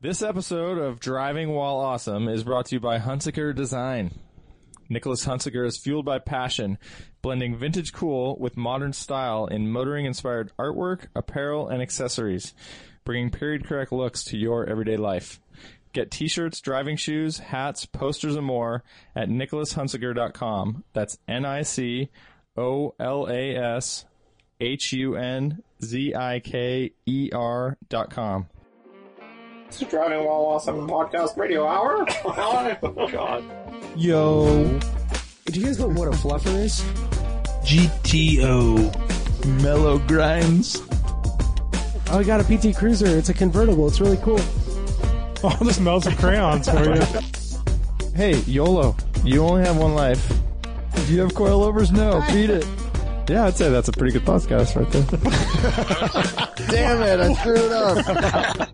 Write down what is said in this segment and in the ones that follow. This episode of Driving While Awesome is brought to you by Hunsaker Design. Nicholas Hunsaker is fueled by passion, blending vintage cool with modern style in motoring inspired artwork, apparel, and accessories, bringing period correct looks to your everyday life. Get t-shirts, driving shoes, hats, posters, and more at nicholaszhunsaker.com. That's N-I-C-O-L-A-S H-U-N-Z-I-K-E-R E dot com. It's Driving While Awesome Podcast Radio Hour. oh, God. Yo, Do you guys know what a fluffer is? GTO, Mellow Grimes. Oh, I got a PT Cruiser. It's a convertible. It's really cool. Oh, this melts of crayons for you. Hey, YOLO, you only have one life. Do you have coilovers? No, beat it. Yeah, I'd say that's a pretty good podcast right there. Damn it, I screwed it up.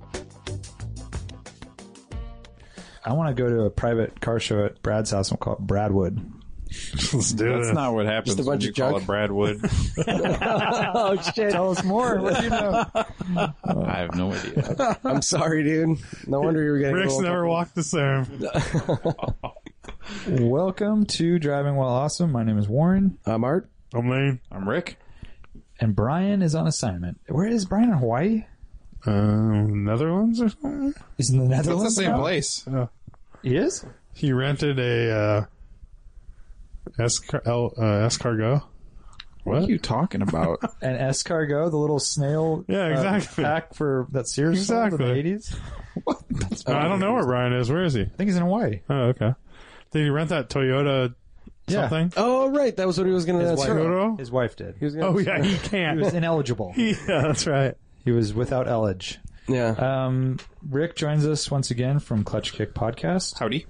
I want to go to a private car show at Brad's house. We'll call it Bradwood. Let's do That's it. not what happens Just a bunch when of you call junk. it Bradwood. Oh shit! Tell us more. What do you know? I have no idea. I'm sorry, dude. No wonder you were getting. Rick's rolled up. never walked the same. Welcome to Driving While Awesome. My name is Warren, I'm Art. I mean, I'm Rick. and Brian is on assignment. Where is Brian in Hawaii? um, Netherlands or something? He's in the It's Netherlands. the same now? place. He is. He rented a uh, Escar- El- uh, escargot. What are you talking about? An escargot, the little snail. Yeah, uh, exactly. pack for that Sears sold in the Exactly. eighties. I don't know where Brian is. Where is he? I think he's in Hawaii. Oh, okay. Did he rent that Toyota Yeah. something? Oh right, that was what he was gonna. His That's wife, right. Toyota? his wife did. He was gonna, Oh, yeah, he He can't. was ineligible. yeah, that's right. He was without elege. yeah. Um, Rick joins us once again from Clutch Kick Podcast. Howdy.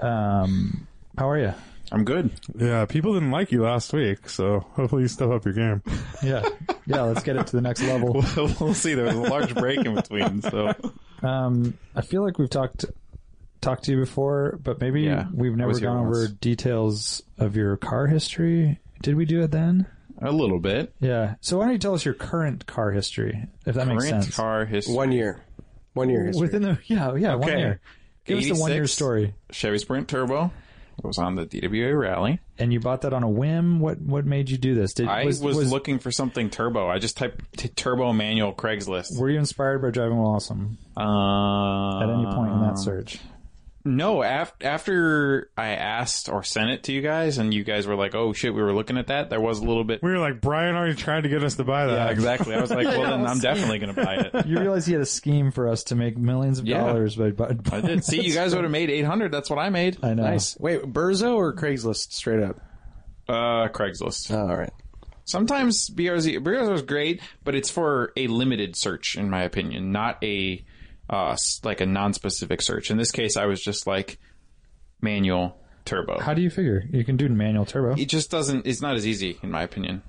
Um, how are you? I'm good. Yeah, people didn't like you last week, so hopefully you step up your game. Yeah, yeah. Let's get it to the next level. we'll see. There was a large break in between, so Um, I feel like we've talked talked to you before, but maybe Yeah, we've I never was here gone over once. details of your car history. Did we do it then? a little bit. Yeah. So why don't you tell us your current car history, if that makes Current sense? car history. One year. One year history. Within the yeah yeah one Okay. year. Give us the one year 86. story. Chevy Sprint Turbo. It was on the DWA rally. And you bought that on a whim. What what made you do this? Did I was, looking for something turbo. I just typed t- turbo manual Craigslist. Were you inspired by Driving While Awesome Uh, at any point in that search? No, af- after I asked or sent it to you guys, and you guys were like, "Oh shit, we were looking at that." There was a little bit. uh, We were like, Brian already tried to get us to buy that. Yeah, exactly. I was like, "Well, then I'm definitely going to buy it." You realize he had a scheme for us to make millions of Yeah. dollars by, by I did. See, you guys would have made 800. That's what I made. I know. Nice. Wait, Burzo or Craigslist? Straight up. Uh, Craigslist. Oh, all right. Sometimes BRZ, BRZ is great, but it's for a limited search, in my opinion, not a, uh, s- like a non-specific search. In this case, I was just like manual turbo. How do you figure? You Hmm. can do manual turbo. it just doesn't, it's not as easy, in my opinion.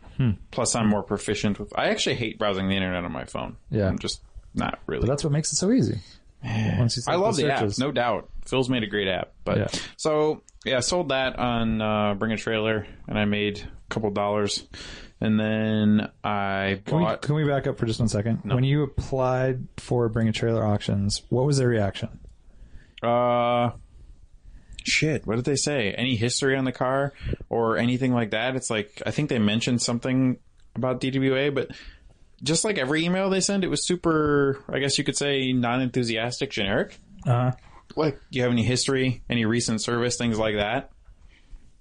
Plus, I'm more proficient with, I actually hate browsing the internet on my phone. Yeah. I'm just not But really. that's what makes it so easy. Once you set I love the app, searches. no doubt. Phil's made a great app, but Yeah. so yeah, I sold that on uh, Bring a Trailer, and I made a couple dollars, and then I Can we, bought. can we back up for just one second? When you applied for Bring a Trailer Auctions, what was their reaction? uh, shit, what did they say? Any history on the car or anything like that? It's like I think they mentioned something about DWA, but. Just like every email they send, it was super, I guess you could say, non enthusiastic, generic. Uh, like you have any history, any recent service, things like that.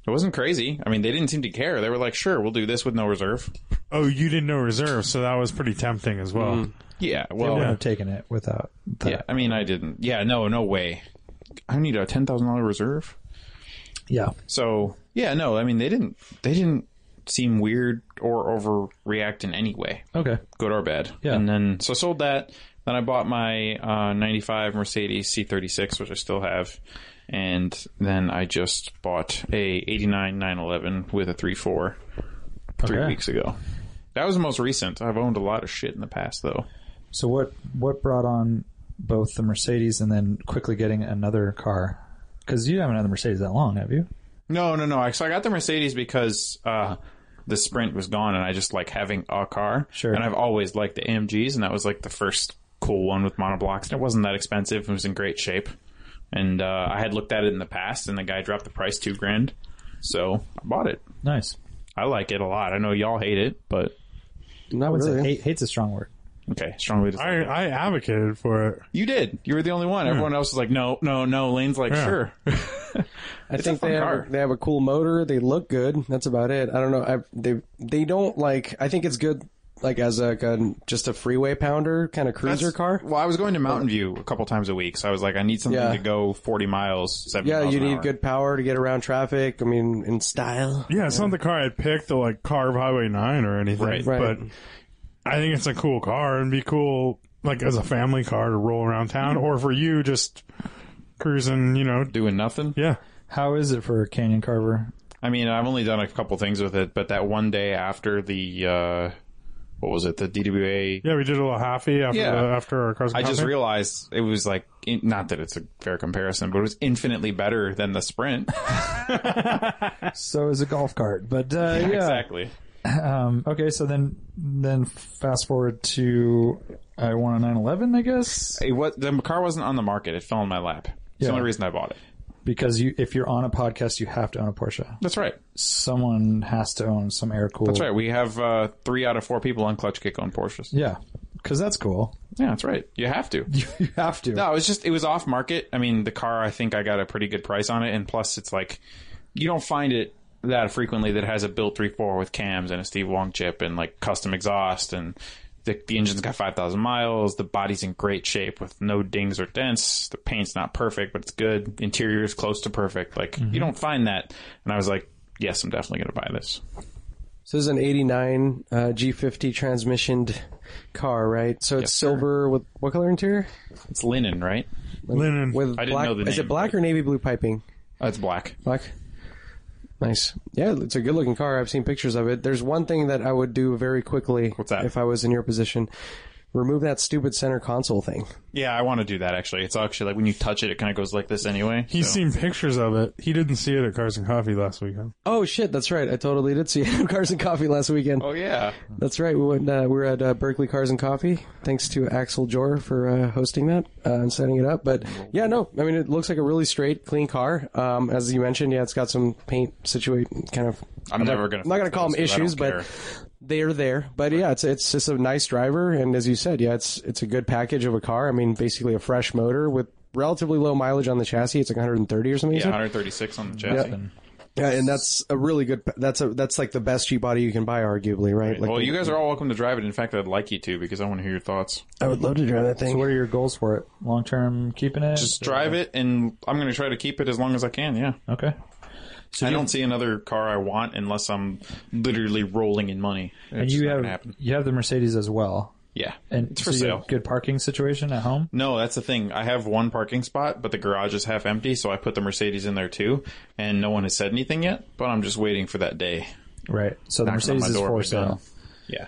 It wasn't crazy. I mean, they didn't seem to care. They were like, "Sure, we'll do this with no reserve." Oh, you didn't know reserve, so that was pretty tempting as well. Mm. Yeah, I well, would yeah. have taken it without that. I mean, I didn't. Yeah, no, no way. I need a ten thousand dollar reserve. Yeah. So yeah, no, I mean, they didn't. They didn't seem weird or overreact in any way, Okay. good or bad. Yeah. And then so I sold that. Then I bought my uh, '95 Mercedes C36, which I still have. And then I just bought a '89 911 with a 3.4. three Okay. weeks ago. That was the most recent. I've owned a lot of shit in the past, though. So what what brought on both the Mercedes and then quickly getting another car? Because you haven't had the Mercedes that long, have you? No, no, no. I- So I got the Mercedes because uh, the Sprint was gone, and I just like having a car. Sure. And I've always liked the AMGs, and that was like the first cool one with monoblocks, and it wasn't that expensive. It was in great shape, and uh, I had looked at it in the past, and the guy dropped the price two grand, so I bought it. Nice. I like it a lot. I know y'all hate it, but I Not would say really. hate, hate's a strong word. okay, strongly I, disagree. I advocated for it. you did. You were the only one. Everyone else was like, no, no, no. Lane's like, Yeah. sure. I It's a think fun they car. have, they have a cool motor. They look good. That's about it. I don't know. I, they they don't like. I think it's good like as a, a just a freeway pounder kind of cruiser That's- car. Well, I was going to Mountain View a couple times a week, so I was like, I need something Yeah. to go 40 miles, 70 Yeah, miles you an need hour. good power to get around traffic. I mean, in style. Yeah, it's not the car I'd pick to like carve Highway Nine or anything. Right. Right. But I think it's a cool car and be cool like as a family car to roll around town Mm-hmm. or for you just cruising, you know. doing nothing. Yeah. How is it for Canyon Carver? I mean, I've only done a couple things with it, but that one day after the uh, what was it, the DWA Yeah, we did a little halfie after Yeah. the, after our cars. I just realized realized it was like in- not that it's a fair comparison, but it was infinitely better than the Sprint. So is a golf cart, but uh, yeah. exactly. Um, okay, so then then fast forward to I want a 911, I guess, It was, the car wasn't on the market; it fell in my lap. It's Yeah. the only reason I bought it. because you if you're on a podcast, you have to own a Porsche. That's right. Someone has to own some air cool. That's right. We have uh, three out of four people on Clutch Kick on Porsches. Yeah, Yeah, because that's cool. that's right. You have to. you have to. No, it was just it was off market. I mean, the car I think I got a pretty good price on it, and plus it's like you don't find it that frequently that has a built three four with cams and a Steve Wong chip and like custom exhaust and the, the engine's got five thousand miles. The body's in great shape with no dings or dents. The paint's not perfect, but it's good. Interior's close to perfect. Like you don't find that. And I was like, yes, I'm definitely going to buy this. So this is an '89 uh, G50 transmission car, right? So it's silver with what color interior? It's linen, right? linen. With Mm-hmm. I didn't black. know the is name, it black or navy blue piping? Uh, it's black. Black. Nice. Yeah, it's a good looking car. I've seen pictures of it. There's one thing that I would do very quickly What's that? if I was in your position. Remove that stupid center console thing. Yeah, I want to do that actually. It's actually like when you touch it, it kind of goes like this anyway. He's so- seen pictures of it. He didn't see it at Cars and Coffee last weekend. Oh shit, that's right. I totally did see it at Cars and Coffee last weekend. Oh yeah. That's right. We went. Uh, we were at uh, Berkeley Cars and Coffee. Thanks to Axel Jor for uh, hosting that uh, and setting it up. But yeah, no. I mean, it looks like a really straight, clean car. Um, as you mentioned, yeah, it's got some paint situate kind of. I'm never gonna I'm not gonna fix call them those 'cause I issues, don't but they are there. But yeah, it's it's just a nice driver, and as you said, yeah, it's it's a good package of a car. I mean, basically a fresh motor with relatively low mileage on the chassis. It's like 130 or something. you Yeah, said? 136 on the chassis. Yeah, and that's a really good. That's a that's like the best G body you can buy, arguably, right? Like, Well, you guys are all welcome to drive it. In fact, I'd like you to because I want to hear your thoughts. I would love to drive that So thing. what are your goals for it? Long term, keeping it. Just drive it, and I'm going to try to keep it as long as I can. Yeah, okay. I don't see another car I want unless I'm literally rolling in money. And It's just you not have gonna happen. you have the Mercedes as well, yeah, and it's for so you have sale. Good parking situation at home. No, that's the thing. I have one parking spot, but the garage is half empty, so I put the Mercedes in there too, and no one has said anything yet. But I'm just waiting for that day. Right. So the Knocking on Mercedes my is door for if they're done. sale. Yeah,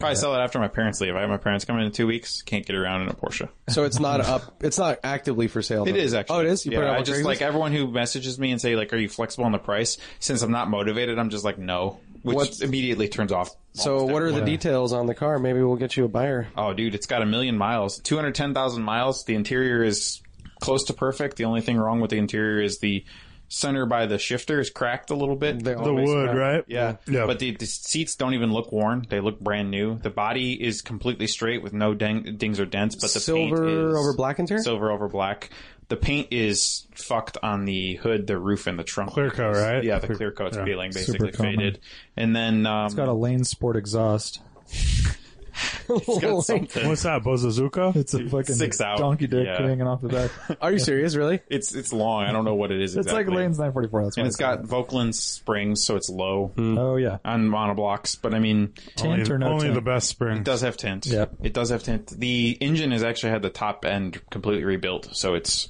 probably sell it after my parents leave. I have my parents coming in two weeks. Can't get around in a Porsche. So it's not up. It's not actively for sale. It though. is actually. Oh, it is. You yeah, put it up I on just Craigslist? like everyone who messages me and say like, "Are you flexible on the price?" Since I'm not motivated, I'm just like, "No," which What's- immediately turns off. So almost what are the everyone. details on the car? Maybe we'll get you a buyer. Oh, dude, it's got a million miles, two hundred ten thousand miles. The interior is close to perfect. The only thing wrong with the interior is the center by the shifter is cracked a little bit. They The always wood, have- right? Yeah. Yeah. But the, the seats don't even look worn. They look brand new. The body is completely straight with no ding, dings or dents, but the paint Silver is over black interior? Silver over black. The paint is fucked on the hood, the roof, and the trunk. Clear coat, right? Yeah, the clear coat's Yeah. peeling, basically common. faded. And then um, it's Got a lane sport exhaust. got something. What's that, Bozazuka? It's a fucking six out. donkey dick Yeah. hanging off the back. Are you serious? Really? It's it's long. I don't know what it is. It's exactly. like lanes 944. That's why and it's I said got Vokland springs, so it's low Hmm. it. Oh yeah. on monoblocks. But I mean, only Tint or no only tint? the best spring. It does have tint. Yep. It does have tint. The engine has actually had the top end completely rebuilt, so it's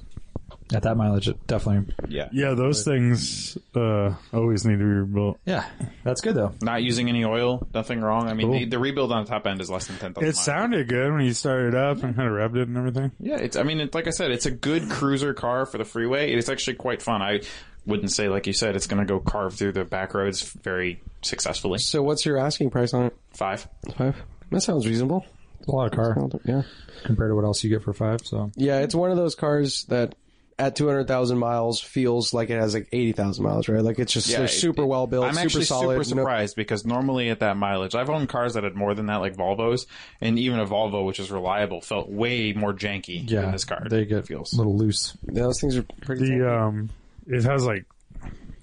At that mileage, it definitely. yeah. yeah, those things uh, always need to be rebuilt. Yeah, that's good though. Not using any oil, nothing wrong. I mean, the, the rebuild on the top end is less than ten thousand. It sounded good when you started up and kind of revved it and everything. Yeah, it's. I mean, it's like I said, it's a good cruiser car for the freeway. It's actually quite fun. I wouldn't say, like you said, it's going to go carve through the back roads very successfully. So what's your asking price on it? Five. Five. That sounds reasonable. It's a lot of car Yeah. compared to what else you get for five. So Yeah, it's one of those cars that at 200,000 miles feels like it has like 80,000 miles, right? Like it's just Yeah, they're it- super well built, I'm super actually solid. super no- surprised because normally at that mileage, I've owned cars that had more than that, like Volvos, and even a Volvo, which is reliable, felt way more janky yeah, than this car. they get feels. a little loose. those things are pretty tight. The um, it has like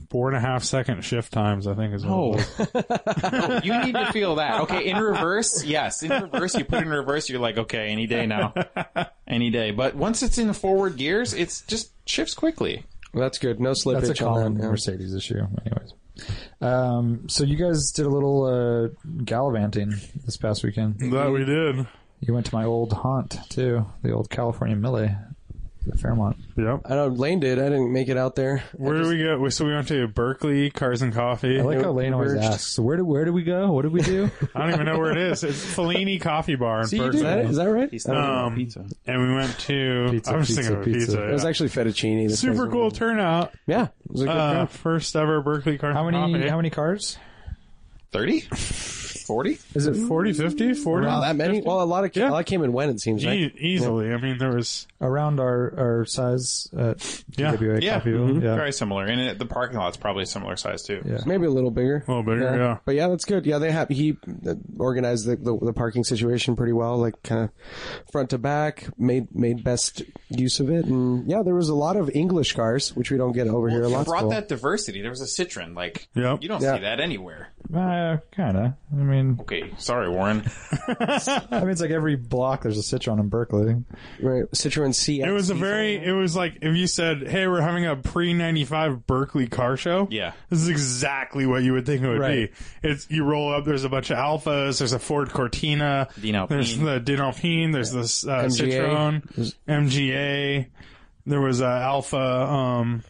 four and a half second shift times. I think is what it Oh. was. No, Oh. you need to feel that. Okay, in reverse, yes. In reverse, you put it in reverse, you're like, okay, any day now. Any day. But once it's in forward gears, it's just shifts quickly. Well, That's good. No slippage That's a on common that. yeah. Mercedes issue, anyways. Um, so you guys did a little uh, gallivanting this past weekend. That we did. You went to my old haunt too, the old California Millie, the Fairmont. Yep. I know Lane did. I didn't make it out there. Where do we go? We, so we went to Berkeley Cars and Coffee. I I, like how Lane always Converged. asks, "So where do where do we go? What did we do?" don't even know where it is. It's Fellini Coffee Bar in See, you Berkeley. Is that, is that right? I don't know. Um, and we went to. Pizza, I was pizza, thinking of a pizza. pizza. It It was yeah. actually fettuccine. This super was- cool turnout. Yeah, it was a good Uh, crowd. first ever Berkeley Cars How and many Coffee. how many cars? 30? 40? Is it 40, 50, 40? Wow, that many? Well, a lot of a lot came and went. It seems like E- easily. I mean, there was. around our our size at Yeah. WA Yeah. Mm-hmm. Coffeyville? Yeah. Very similar. And it, the parking lot's probably a similar size, too. Yeah. maybe a little bigger. A little bigger, yeah. But yeah, that's good. Yeah, they have he uh, organized the, the the parking situation pretty well, like kind of front to back, made made best use of it, and yeah, there was a lot of English cars, which we don't get over here a It lot. brought that diversity. There was a Citroen. Like, Yep. you don't Yeah. see that anywhere. Uh, kind of. I mean, Okay, sorry, Warren. I mean, it's like every block there's a Citroen in Berkeley. Right, Citroen CX. It was a very. It was like if you said, "Hey, we're having a pre '95 Berkeley car show." Yeah. this is exactly what you would think it would Right. be. It's you roll up. There's a bunch of Alphas. There's a Ford Cortina. Dinalpine. There's the Dinalpine. There's this uh, MGA. Citroen MGA. There was a Alpha um,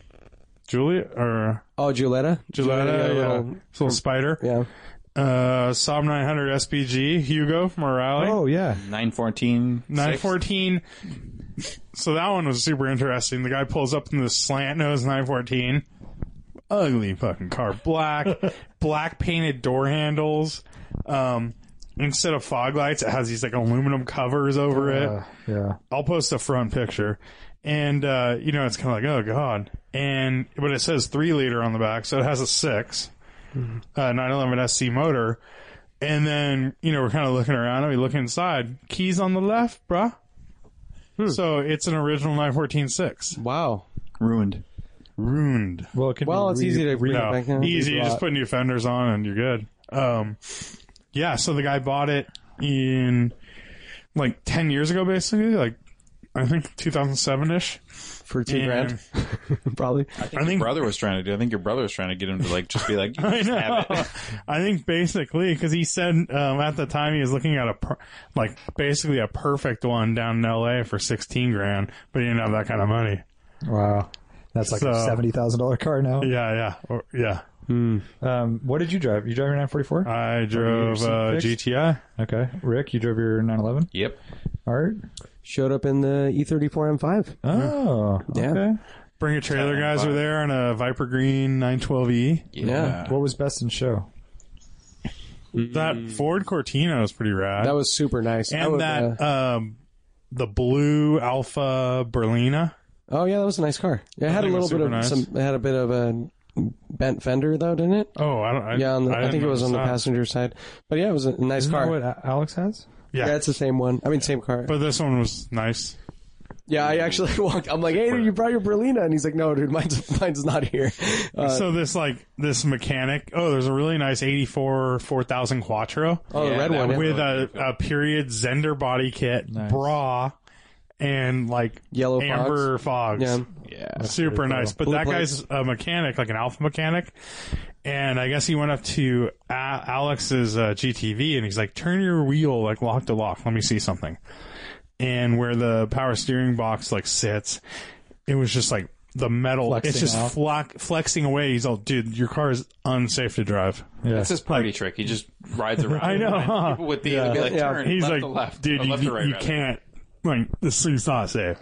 Julia or oh Giulietta, Gilletta. Yeah, Giulietta, yeah, little, little- it's a little spider. yeah. Uh, Saab 900 SPG. Hugo from O'Reilly. Oh yeah, 914. 914. So that one was super interesting. The guy pulls up in this slant nose 914. Ugly fucking car. Black, black painted door handles. Um, instead of fog lights, it has these like aluminum covers over Uh, it. yeah. I'll post a front picture. And, uh, you know, it's kind of like, oh God. And, but it says three liter on the back. So it has a six, uh, 911 SC motor. And then, you know, we're kind of looking around and we look inside. Keys on the left, bruh. So it's an original 914.6. Wow. Ruined. Ruined. Well, it could Well, be it's re- easy to re- bring it back No, now. easy. You just brought- put new fenders on and you're good. Um, yeah. So the guy bought it in like 10 years ago, basically. Like, I think 2007 ish. for two grand, probably. I think Brother was trying to do. I think your brother was trying to get him to like just be like, I just have know. it. I think basically because he said um, at the time he was looking at a per- like basically a perfect one down in L.A. for sixteen grand, but he didn't have that kind of money. Wow, that's like a So- seventy thousand dollar car now. Yeah, yeah, or, yeah. Um, what did you drive? You drove your nine forty four. I drove seat uh, fixed? GTI. Uh, Okay, Rick, you drove your nine eleven. Yep. Art. Showed up in the E E34 M5. Oh, Yeah. okay. Bring your trailer guys were there on a Viper Green E. 912e. Yeah. What was best in show? That Ford Cortina was pretty rad. Mm. That was super nice. I and would, that uh, um, the blue Alpha Berlina. oh yeah, that was a nice car. It had a think little it was bit of super nice. some. It had a bit of a bent fender though, didn't it? Oh, I don't. I, Yeah, on the, I, didn't think it was on the notice that. passenger side. But yeah, it was a nice Isn't car. that what A- Alex has? Yeah. yeah. it's the same one. I mean, same car. but this one was nice. yeah, I actually walked. I'm like, hey, dude, you brought your Berlina, and he's like, no, dude, mine's mine's not here. Uh, so this like this mechanic. Oh, there's a really nice '84 4000 Quattro oh, the Yeah, red that one. yeah. with a, a period Zender body kit, bra, and like Yellow amber fogs. Yeah. Yeah. Super nice. But Blue that plates. guy's a mechanic, like an alpha mechanic. And I guess he went up to A Alex's uh, GTV and he's like, turn your wheel like lock to lock. Let me see something. And where the power steering box like sits, it was just like the metal. it's Flexing just out. flock, flexing away. He's all, dude, your car is unsafe to drive. That's his party trick. He just rides around. I know, huh? People with these would be like, Yeah. turn He's left like, to left. dude, or you, left to right, you rather." can't. Like this thing's not safe.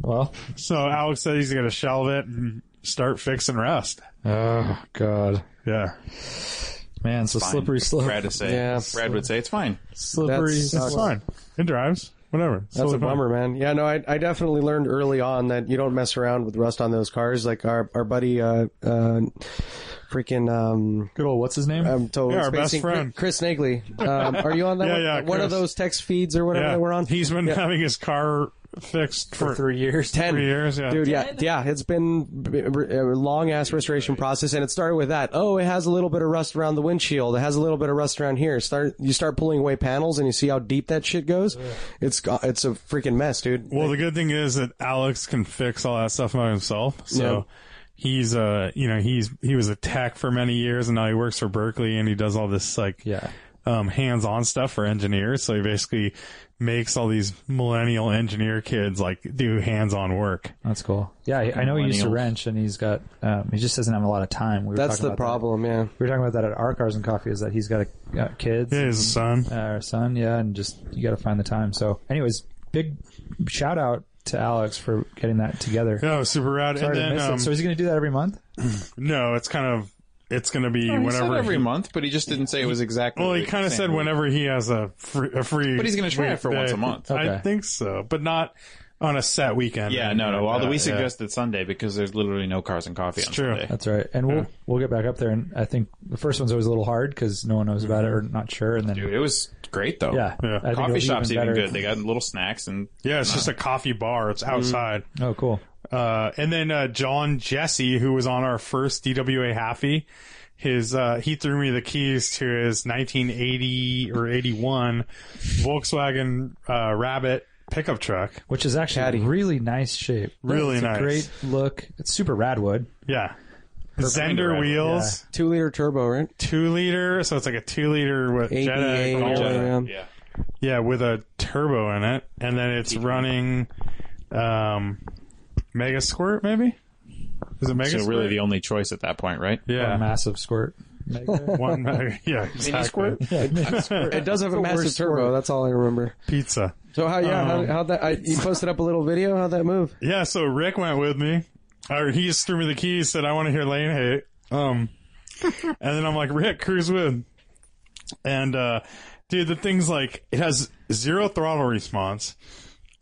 Well, So Alex said he's gonna shelve it and start fixing rust. oh god. Yeah. Man, it's a fine. slippery slope. Brad would say. Yeah. Brad would say it's fine. Slippery. That's- It's fine. It drives. Whatever. It's That's totally a fine. bummer, man. Yeah, no, I, I definitely learned early on that you don't mess around with rust on those cars. Like our our buddy, uh, uh, freaking, um, Good old, what's his name? I'm totally Yeah, our best spacing- friend. Chris Nagley. Um, are you on that Yeah, one? yeah, one of Chris. those text feeds or whatever Yeah. that we're on? He's been having his car fixed for, three years. Ten. three years. Yeah. Dude, yeah, yeah, it's been b- b- a long ass restoration process, and it started with that. Oh, it has a little bit of rust around the windshield. It has a little bit of rust around here. Start you start pulling away panels, and you see how deep that shit goes. It's go- it's a freaking mess, dude. Well, the good thing is that Alex can fix all that stuff by himself. So he's uh you know he's he was a tech for many years and now he works for Berkeley and he does all this like Yeah. um hands-on stuff for engineers. So he basically makes all these millennial engineer kids like do hands-on work. That's cool. Yeah, I, I know he used to Millennials. wrench, and he's got. Um, he just doesn't have a lot of time. We were That's talking the about that. problem, yeah. We were talking about that at our cars and coffee. Is that he's got a uh, kids, Yeah, his son. uh, or son, yeah, and just you got to find the time. So, anyways, big shout out to Alex for getting that together. Oh, super rad. Sorry to and then miss it. um, So is he going to do that every month? no, it's kind of it's going to be He said whenever every he- month, but he just didn't say it was exactly. Well, he the kind of same said week. whenever he has a free, a free But he's gonna try it week for once day. a month. I Okay. think so, but not on a set weekend. or Yeah, anything no, no. like Although that, we yeah. suggested Sunday because there's literally no cars and coffee on true. Sunday. That's right. And we'll we'll get back up there. And I think the first one's always a little hard because no one knows about it or not sure. And then Dude, it was great though. yeah, Yeah. I think it'll coffee be shop's even, better. good. They got little snacks and Yeah, it's just a coffee bar. It's Mm-hmm. outside. Oh, cool. Uh, and then uh, John Jesse, who was on our first DWA Happy, his uh, he threw me the keys to his 1980 or 81 Volkswagen uh, Rabbit pickup truck. Which is actually Caddy. really nice shape. Really It's a nice. great look. It's super rad wood. Yeah, Zender Rabbit. wheels, Two liter turbo, right? two liter. So it's like a two liter with ABA, jet ag, all yeah, that. yeah. yeah. Yeah, with a turbo in it, and then it's running um, Mega Squirt, maybe. Is it Mega? So Squirt? really the only choice at that point, right? A yeah, massive squirt. Mega- one mega, yeah, exactly. squirt? yeah, mini squirt. It does have a massive turbo. That's all I remember. pizza. So how yeah Um, how how that I, you posted up a little video how that move? Yeah, so Rick went with me, or he just threw me the keys, said I want to hear Lane hate. Um, and then I'm like, Rick, cruise with. And uh, dude, the thing's like it has zero throttle response.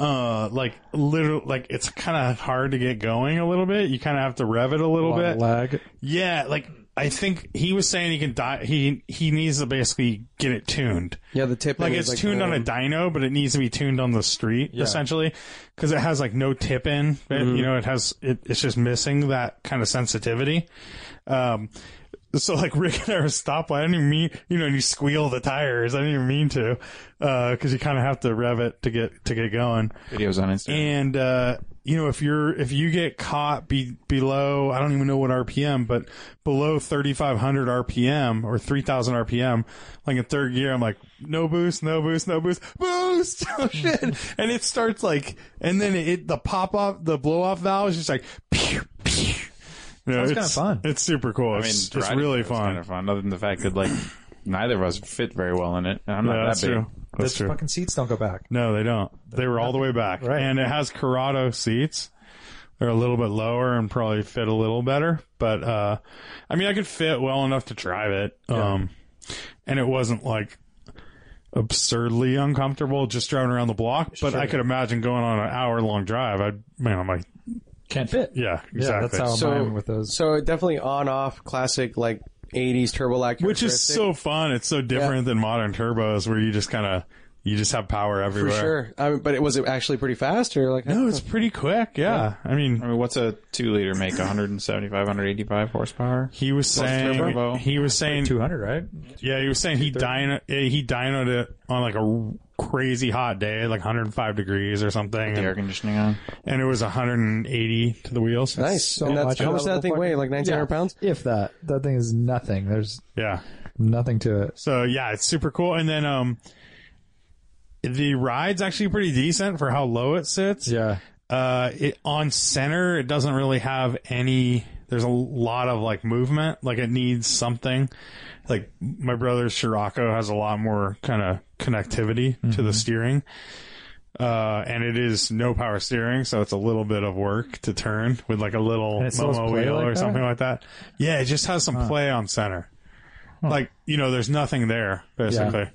Uh, like literally, like it's kind of hard to get going a little bit. You kind of have to rev it a little Lot of bit. lag. Yeah, like I think he was saying he can die. He he needs to basically get it tuned. Yeah, the tip Like in it's is tuned on a um, dyno, but it needs to be tuned on the street essentially because it has like no tip in. It- You know, it has it, it's just missing that kind of sensitivity. Um, so like Rick and I were stoplight. I didn't even mean you know and you squeal the tires. I didn't even mean to because you kind of have to rev it to get to get going. Videos on Instagram. And uh, you know, if you're if you get caught be, below, I don't even know what RPM, but below 3,500 RPM or 3,000 RPM, like in third gear, I'm like, no boost, no boost, no boost, boost, oh shit, and it starts like, and then it the pop off, the blow off valve is just like, pew, pew. You know, Sounds kinda it's fun. It's super cool. I mean, it's, it's driving really it was fun. Kind of fun. Other than the fact that like neither of us fit very well in it. And I'm not Yeah, that that's big. true. That's The true. fucking seats don't go back. No, they don't. They were all the way back. Right. And it has Corrado seats. They're a little bit lower and probably fit a little better. But, uh, I mean, I could fit well enough to drive it. Um, and it wasn't like absurdly uncomfortable just driving around the block, but I could imagine going on an hour long drive. I, man, I'm like, Can't fit. yeah, exactly. Yeah, that's how So- I'm with those. so definitely on off classic like 80s turbo lack Which is so fun. It's so different than modern turbos where you just kind of, you just have power for everywhere. sure. I mean, but it was it actually pretty fast or like No, it's pretty quick. Yeah. I mean, I mean, what's a two liter make? 175, 185 horsepower. He was turbo. saying he was saying 200, right? yeah he was saying he dyno eh, he dynoed it on like a r- crazy hot day like 105 degrees or something The air and, conditioning on. and it was 180 to the wheels nice. so and that's much how much that available thing for- weigh? Like 1,900 Yeah. pounds. If that. That thing is nothing. There's yeah nothing to it. so yeah it's super cool and then um the ride's actually pretty decent for how low it sits Yeah. uh it on center it doesn't really have any there's a lot of like movement like it needs something like my brother's Scirocco has a lot more kind of connectivity to Mm-hmm. the steering uh and it is no power steering so it's a little bit of work to turn with like a little And it's supposed to momo play wheel like or that? something like that yeah it just has some play on center Like, you know, there's nothing there, basically.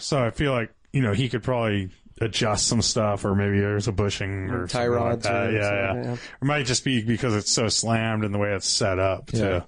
so I feel like, you know, he could probably adjust some stuff or maybe there's a bushing or Tie something like rods or that. yeah, something, yeah. yeah. It might just be because it's so slammed and the way it's set up, Yeah. too.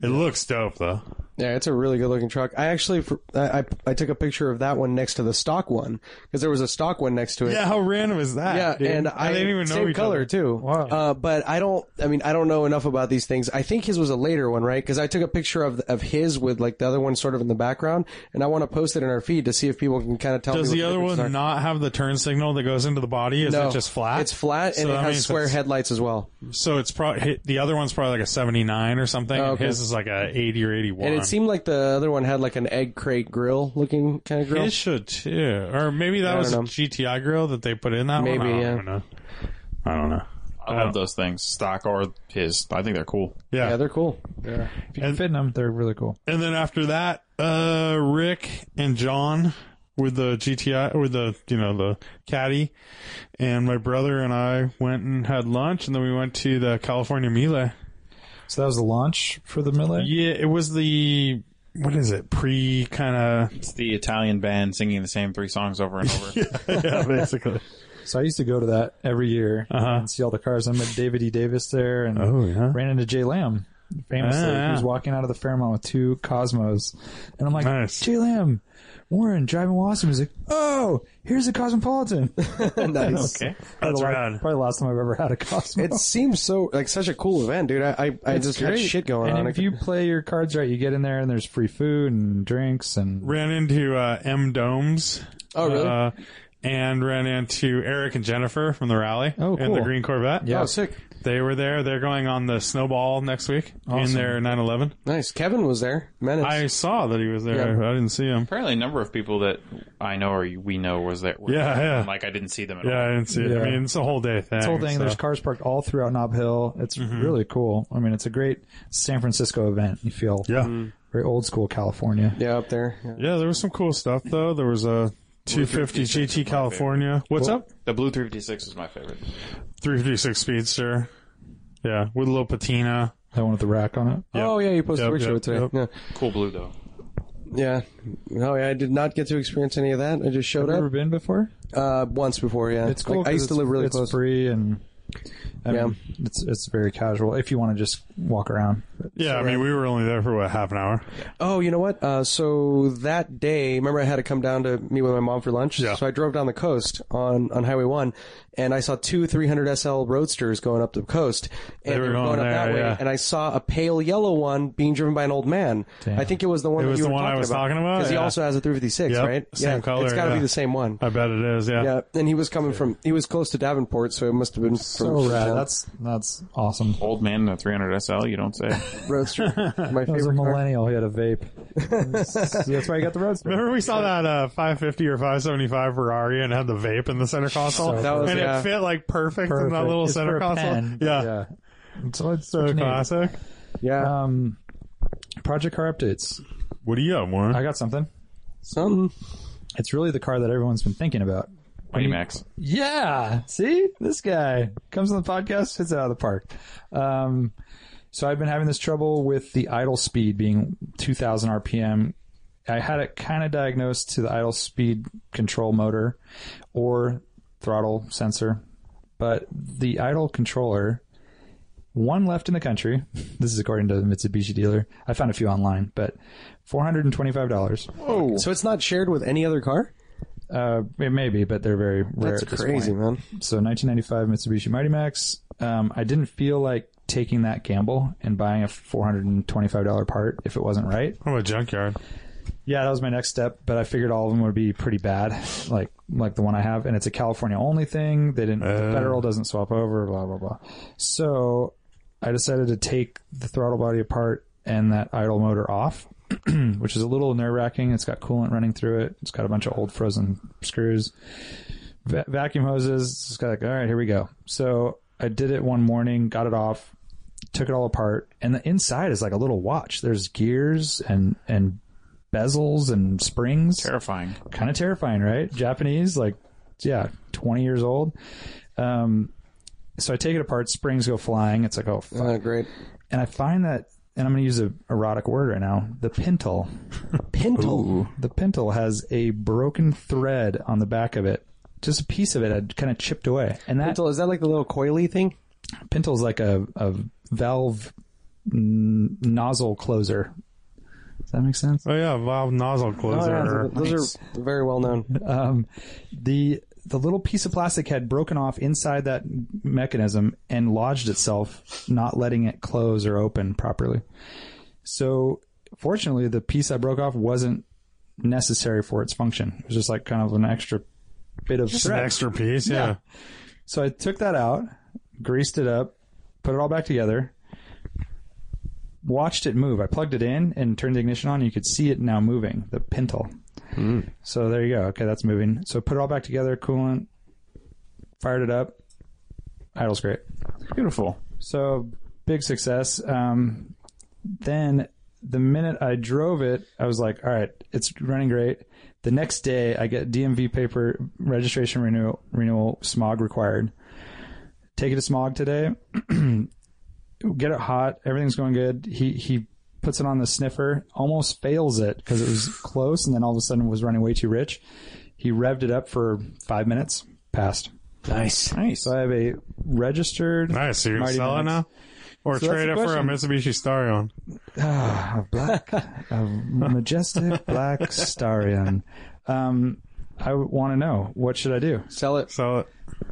It looks dope, though. Yeah, it's a really good looking truck. I actually, for- I, I, I took a picture of that one next to the stock one because there was a stock one next to it. Yeah, how random is that? Yeah, dude? and I, didn't even know same each color other. too. Wow. Uh, but I don't. I mean, I don't know enough about these things. I think his was a later one, right? Because I took a picture of of his with like the other one sort of in the background, and I want to post it in our feed to see if people can kind of tell. Does me the what other one differences are. not have the turn signal that goes into the body? Is No, it just flat? It's flat So and it that has means square it's- headlights as well. So it's probably the other one's probably like a 79 or something. Oh, and okay. His is like a 80 or 81. And it seemed like the other one had like an egg crate grill looking kind of grill. It should too, or maybe that I was a don't know. GTI grill that they put in that one. Maybe, I don't yeah. know. I don't know. I love those things, stock or his. I think they're cool. Yeah. Yeah, they're cool. If you can fit in them, they're really cool. and then after that, uh, Rick and John with the GTI, with the you know the caddy, and my brother and I went and had lunch, and then we went to the California Melee. So that was the launch for the Millet. Yeah, it was the what is it pre kind of It's the Italian band singing the same three songs over and over. yeah, basically. So I used to go to that every year and see all the cars. I met David E. Davis there and Oh, yeah. ran into Jay Lamb. Famously, Ah, yeah. he was walking out of the Fairmont with two Cosmos, and I'm like, Nice. Jay Lamb, Warren driving Wasm. He's like, oh, here's a Cosmopolitan. nice. okay. That's Probably the la- rad. Probably the last time I've ever had a Cosmo. It seems so like such a cool event, dude. I I, I It's just had great. shit going and on. I if you play your cards right, you get in there and there's free food and drinks and Ran into uh, M Domes. Oh, really? Uh, and ran into Eric and Jennifer from the rally Oh, in the cool. green Corvette. Yeah. Oh, sick. They were there. They're going on the snowball next week in their 911. Nice. Kevin was there. Menace. I saw that he was there. Yeah. I didn't see him. Apparently, a number of people that I know or we know was there. were Yeah, there. yeah. I'm Like I didn't see them at Yeah, I all. didn't see it. Yeah. I mean, it's a whole day thing. this whole thing. so- Mm-hmm. There's cars parked all throughout Knob Hill. It's really cool. I mean, it's a great San Francisco event. You feel yeah. very old school California. yeah, up there. Yeah. Yeah, there was some cool stuff, though. There was a 250 GT California. What's up? The blue 356 was my favorite. 356 Speedster. Yeah, with a little patina. That one with the rack on it. Yep. Oh yeah, you posted Yep, a picture of yep, it today. Cool blue though. Yeah. yeah. Oh yeah, I did not get to experience any of that. I just showed Have you ever up been before? uh, once before. Yeah, It's cool. Like, I 'cause used to it's- live really it's close. free and I Yeah. mean, it's it's very casual if you want to just walk around. Yeah, I mean, we were only there for what half an hour. Oh, you know what? Uh, so that day, remember I had to come down to meet with my mom for lunch. Yeah. So I drove down the coast on, on Highway One, and I saw two 300 SL Roadsters going up the coast, and They were going up there, that way. yeah. And I saw a pale yellow one being driven by an old man. I think it was the one. It that was you the were one I talking was about, talking about, he yeah. also has a 356, Yep, right? same yeah, color, It's got to yeah. Uh, be the same one. I bet it is. yeah, and he was coming from. He was close to Davenport, so it must have been from So rad. town. That's that's awesome. Old man in a 300 SL. You don't say. Roadster. My That was a favorite car. millennial. He had a vape. that's why he got the roadster. Remember we saw that uh, 550 or 575 Ferrari and had the vape in the center console, So That was- and yeah. it fit like perfect, in that Perfect. little It's for center a console. pen. yeah, yeah. So it's so what you need. classic. Yeah, Uh, Um, project car updates. What do you have, Warren? I got something. something. It's really the car that everyone's been thinking about. Mighty Max. Yeah. See, this guy comes on the podcast, hits it out of the park. Um, so I've been having this trouble with the idle speed being 2000 RPM. I had it kind of diagnosed to the idle speed control motor or throttle sensor, but the idle controller, one left in the country. This is according to the Mitsubishi dealer. I found a few online, but $425. So it's not shared with any other car. Uh, it may be, but they're very rare. That's at this crazy, point. man. So 1995 Mitsubishi Mighty Max. Um, I didn't feel like taking that gamble and buying a $425 part if it wasn't right. From a junkyard. Yeah, that was my next step, but I figured all of them would be pretty bad, like like the one I have, and it's a California only thing. They didn't the federal doesn't swap over, blah blah blah. So I decided to take the throttle body apart and that idle motor off, which is a little nerve wracking. It's got coolant running through it. It's got a bunch of old frozen screws, va- vacuum hoses. It's just got like, all right, here we go. So I did it one morning, got it off, took it all apart, and the inside is like a little watch. There's gears and and bezels and springs. Terrifying. kind of terrifying, right? Japanese, like yeah, 20 years old. Um, so I take it apart, springs go flying. It's like, oh, fuck. Uh, great. and I find that and I'm going to use a erotic word right now. The pintle, Pintle. the pintle has a broken thread on the back of it. Just a piece of it had kind of chipped away, and that Pintle, is that like the little coily thing? Pintle's like a, a valve mm, nozzle closer. Does that make sense? Oh yeah, valve nozzle closer. Oh, those are very well known. Um, the the little piece of plastic had broken off inside that mechanism and lodged itself, not letting it close or open properly. So, fortunately, the piece I broke off wasn't necessary for its function. It was just like kind of an extra bit of It's an thread. extra piece, yeah. So I took that out, greased it up, put it all back together, watched it move. I plugged it in and turned the ignition on. You could see it now moving, the pintle. So there you go. Okay, that's moving. So put it all back together, coolant, fired it up. Idle's great. Beautiful. So big success. Um, then the minute I drove it, I was like, all right, it's running great. The next day, I get DMV paper registration renewal, renewal smog required. Take it to smog today. get it hot. Everything's going good. He he puts it on the sniffer, almost fails it because it was close, and then all of a sudden was running way too rich. He revved it up for five minutes. Passed. Nice. Nice. So I have a registered. Nice. So you're gonna Mighty sell it now, Max. or So that's trade the it for a Mitsubishi Starion? Ah, a black, a majestic black starion. Um, I want to know what should I do? Sell it. Sell it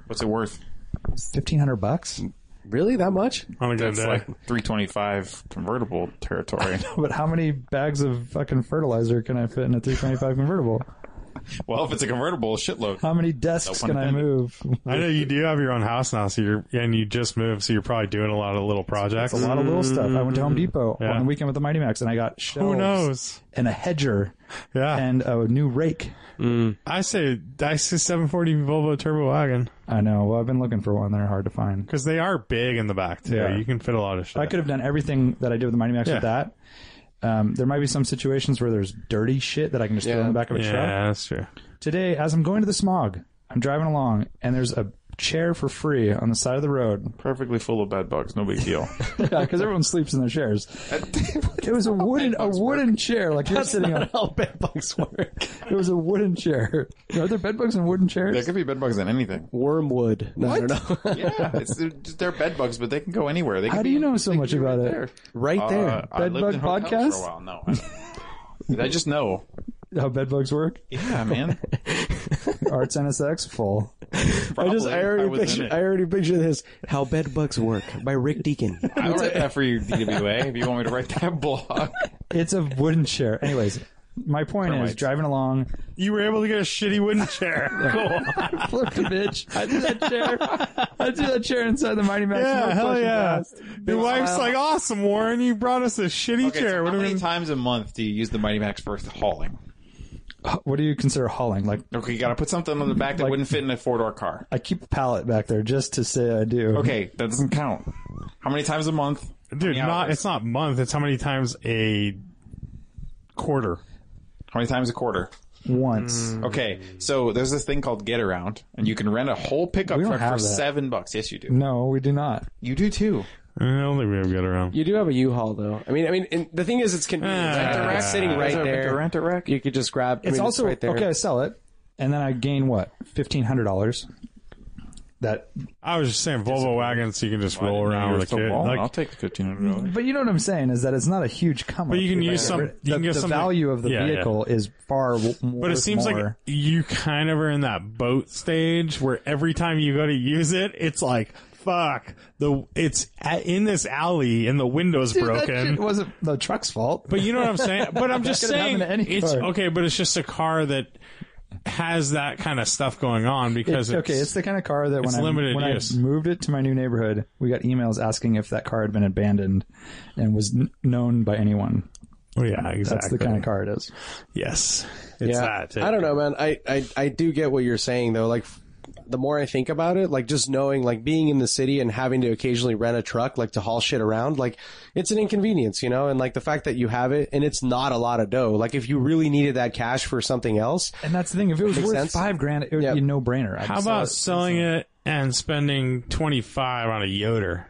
What's it worth? Fifteen hundred bucks? Really? That much? on a good It's day. like 325 convertible territory. But how many bags of fucking fertilizer can I fit in a three twenty five convertible? well, if it's a convertible, a shitload. How many desks No pun can I intended. move? I know you do have your own house now, so you're and you just moved, so you're probably doing a lot of little projects. A lot of little stuff. I went to Home Depot Mm-hmm. Yeah. on the weekend with the Mighty Max, and I got shelves Who knows? and a hedger Yeah, and a new rake. I say I say 740 Volvo turbo wagon I know. Well, I've been looking for one. They're hard to find. because they are big in the back too. Yeah. You can fit a lot of shit. I could have done everything that I did with the Mighty Max with that. Um, there might be some situations where there's dirty shit that I can just throw in Yeah. the back of a yeah, truck. that's true. Today, as I'm going to the smog, I'm driving along and there's a chair for free on the side of the road Perfectly full of bed bugs. No big deal. because everyone sleeps in their chairs. It was a wooden a wooden chair like you're sitting on. How bed bugs work. It was a wooden chair. Are there bed bugs in wooden there chairs? could be bed bugs in anything. Wormwood. No, I don't know. Yeah, it's, they're, they're bed bugs, but they can go anywhere. They How can do be you in- know so they can much be about right it? There. Uh, right there. I Bed lived in bug hotels for a podcast? while. No, I don't. I just know. How bed bugs work? Yeah, man. Arts NSX full. Probably. I just, I already, was in picture, it. I already picture this. How Bed Bugs Work by Rick Deacon. I'll write that for you, DWA, if you want me to write that blog. It's a wooden chair. Anyways, my point is Termites. driving along, You were able to get a shitty wooden chair. cool. flipped the bitch. I threw that chair. I threw that chair inside the Mighty Max. Yeah, no hell question yeah. asked. Your wife's like, awesome, Warren. You brought us a shitty Okay, so chair. how Would have many been times a month do you use the Mighty Max for hauling? What do you consider hauling? Like Okay, you got to put something on the back that Like- wouldn't fit in a four door car. I keep a pallet back there just to say I do. Okay, that doesn't count. How many times a month? dude? Yeah, Not it's- it's not month. It's how many times a quarter. How many times a quarter? Once. Okay, so there's this thing called Get Around, and you can rent a whole pickup We don't truck for have that. seven bucks. Yes, you do. No, we do not. You do too. I don't think we ever get around. You do have a U-Haul though. I mean, I mean, and the thing is, it's convenient. Ah. Like, they're Rent-a-wreck. sitting right Is it there. rent-a-wreck? You could just grab. I It's mean, also right there. okay. I sell it, and then I gain what fifteen hundred dollars. That, I was just saying Volvo wagons. You can just roll around with a kid. I'll Like, take the fifteen hundred dollars. but you know what I'm saying is that it's not a huge come. But you can use some- you The, can get the something- value of the Yeah, yeah. vehicle is far. W- but it seems like more. you kind of are in that boat stage where every time you go to use it, it's like fuck. The it's at, in this alley and the window's broken. It wasn't the truck's fault. But you know what I'm saying? But I'm just could happen saying to any it's car. okay, but it's just a car that has that kind of stuff going on because It's, okay, it's the kind of car that when, it's I, limited when I use. moved it to my new neighborhood, we got emails asking if that car had been abandoned and was n- known by anyone. Oh, yeah, exactly. That's the kind of car it is. Yes, it's that. too. I don't know, man. I, I I do get what you're saying though. Like, f- the more I think about it, like just knowing, like being in the city and having to occasionally rent a truck, like to haul shit around, like it's an inconvenience, you know. And like the fact that you have it, and it's not a lot of dough. Like if you really needed that cash for something else, And that's the thing. If it was Makes worth sense. five grand, it would Yeah. be a no brainer. How about selling it and spending twenty five on a Yoder?